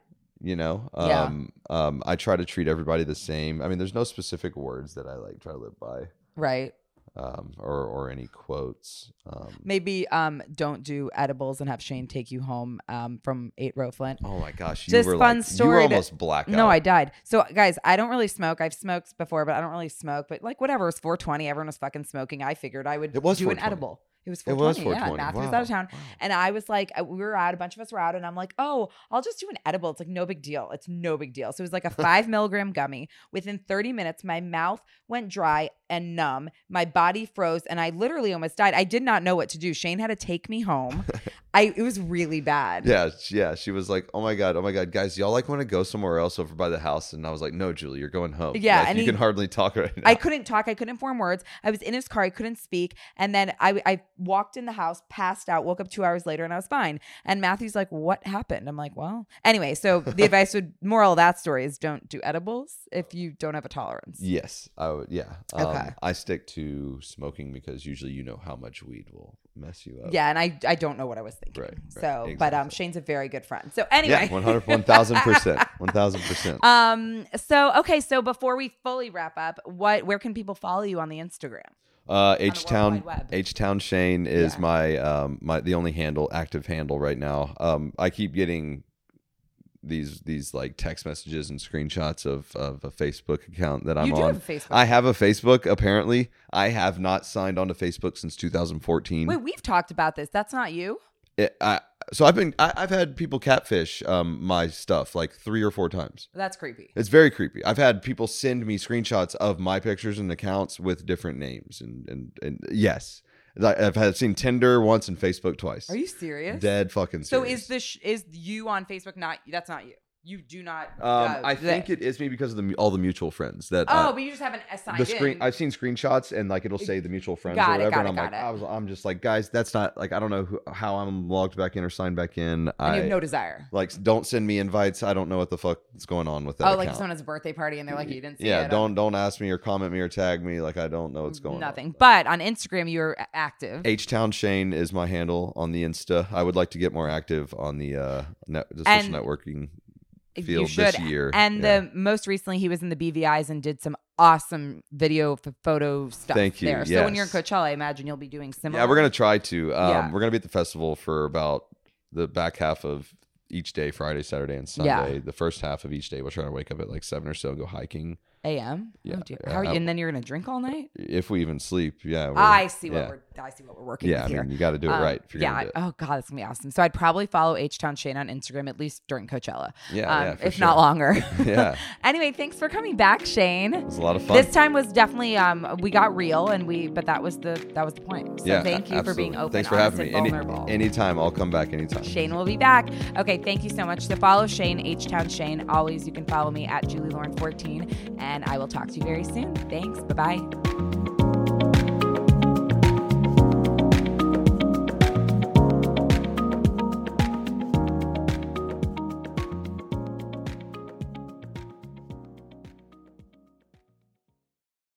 B: you know
A: Yeah.
B: um um i try to treat everybody the same i mean there's no specific words that i like try to live by
A: right.
B: um or or any quotes um
A: Maybe um don't do edibles and have Shane take you home um from Eight Row Flint.
B: oh my gosh you
A: Just
B: were
A: fun
B: like you were
A: story to-
B: almost black
A: No, I died. So guys, I don't really smoke. I've smoked before, but I don't really smoke. But like whatever, it was 420. Everyone was fucking smoking. I figured I would
B: It was
A: do an
B: 420.
A: edible. It was
B: it was
A: 420. Yeah,
B: 420
A: Matthew was
B: Wow.
A: out of town.
B: Wow.
A: And I was like, uh, we were out, a bunch of us were out, and I'm like, oh, I'll just do an edible. It's like, no big deal. It's no big deal. So it was like a five milligram gummy. Within 30 minutes, my mouth went dry and numb. My body froze, and I literally almost died. I did not know what to do. Shane had to take me home. I It was really bad.
B: yeah, sh- yeah. She was like, "Oh my god, oh my god, guys, y'all like want to go somewhere else over by the house?" And I was like, "No, Julie, you're going home.
A: Yeah,
B: Like,
A: and
B: you
A: he-
B: can hardly talk right now."
A: I couldn't talk. I couldn't form words. I was in his car. I couldn't speak. And then I, I walked in the house, passed out, woke up two hours later, and I was fine. And Matthew's like, "What happened?" I'm like, "Well, anyway." So the advice would moral of that story is don't do edibles if you don't have a tolerance.
B: Yes, I would. Yeah. Um,
A: Okay.
B: I stick to smoking because usually you know how much weed will mess you up.
A: Yeah, and I I don't know what I was thinking.
B: Right, right,
A: so, but um,
B: exactly.
A: Shane's a very good friend. So anyway,
B: Yeah. One hundred. One thousand percent. One thousand percent.
A: Um. So okay. So before we fully wrap up, what where can people follow you on the Instagram?
B: Uh,
A: World
B: H Town.
A: Wide Web.
B: H Town Shane is
A: Yeah.
B: my um my the only handle active handle right now. Um, I keep getting these these like text messages and screenshots of of a Facebook account that I'm
A: you do
B: on.
A: have a Facebook.
B: I have a Facebook. Apparently, I have not signed onto Facebook since 2014.
A: Wait, we've talked about this. That's not you.
B: it, I, so I've been I, I've had people catfish um my stuff like three or four times.
A: That's creepy.
B: It's very creepy. I've had people send me screenshots of my pictures and accounts with different names and and and yes, Like, I've had seen Tinder once and Facebook twice.
A: Are you serious?
B: dead fucking?
A: So
B: serious.
A: is this sh- is you on Facebook? Not that's not you. You do not.
B: Um, I think it is me because of the mu- all the mutual friends that.
A: Oh,
B: uh,
A: but you just haven't assigned
B: the screen.
A: in.
B: I've seen screenshots and like it'll say the mutual friends
A: Got
B: or
A: it,
B: whatever,
A: got
B: and
A: it,
B: I'm
A: got
B: like,
A: it.
B: I was, I'm just like, guys, that's not like I don't know who, how I'm logged back in or signed back in.
A: and
B: I
A: you have no desire.
B: like don't send me invites. I don't know what the fuck is going on with that.
A: Oh,
B: account.
A: like someone has a birthday party and they're like, you didn't see
B: yeah,
A: it.
B: don't don't ask me or comment me or tag me. Like I don't know what's going
A: nothing.
B: on.
A: But on Instagram, you're a- active.
B: H Town Shane is my handle on the Insta. I would like to get more active on the uh net, the
A: And
B: social networking
A: You
B: field
A: should.
B: this year.
A: And
B: Yeah.
A: the most recently, he was in the BVI's and did some awesome video f- photo stuff.
B: Thank you,
A: There. So when you're in
B: yes.
A: Coachella, I imagine you'll be doing similar.
B: yeah, we're gonna try to. Um,
A: Yeah.
B: We're gonna be at the festival for about the back half of each day, Friday, Saturday, and
A: Yeah.
B: Sunday. The first half of each day, we're trying to wake up at like seven or so, go hiking
A: a.m.
B: Yeah,
A: oh, dear.
B: yeah,
A: How are you?
B: I-
A: and then you're gonna drink all night.
B: if we even sleep. Yeah, we're-
A: I see what
B: yeah.
A: we're. I see what we're working
B: Yeah,
A: with
B: I
A: here.
B: mean, you got to do it
A: Um,
B: right. If you're
A: yeah.
B: gonna do it.
A: Oh god, that's gonna be awesome. So I'd probably follow H Town Shane on Instagram at least during Coachella,
B: Yeah,
A: um,
B: yeah, for
A: if not
B: sure.
A: longer.
B: yeah,
A: anyway, thanks for coming back, Shane.
B: it was a lot of fun.
A: This time was definitely um, we got real and we, but that was the that was the point. So thank you for being
B: absolutely.
A: open.
B: Thanks for
A: honest,
B: having me.
A: and
B: Any,
A: vulnerable.
B: anytime, I'll come back anytime.
A: Shane will be back. Okay, thank you so much. To follow Shane H Town Shane, always you can follow me at Julie Lauren 14, and I will talk to you very soon. Thanks. Bye bye.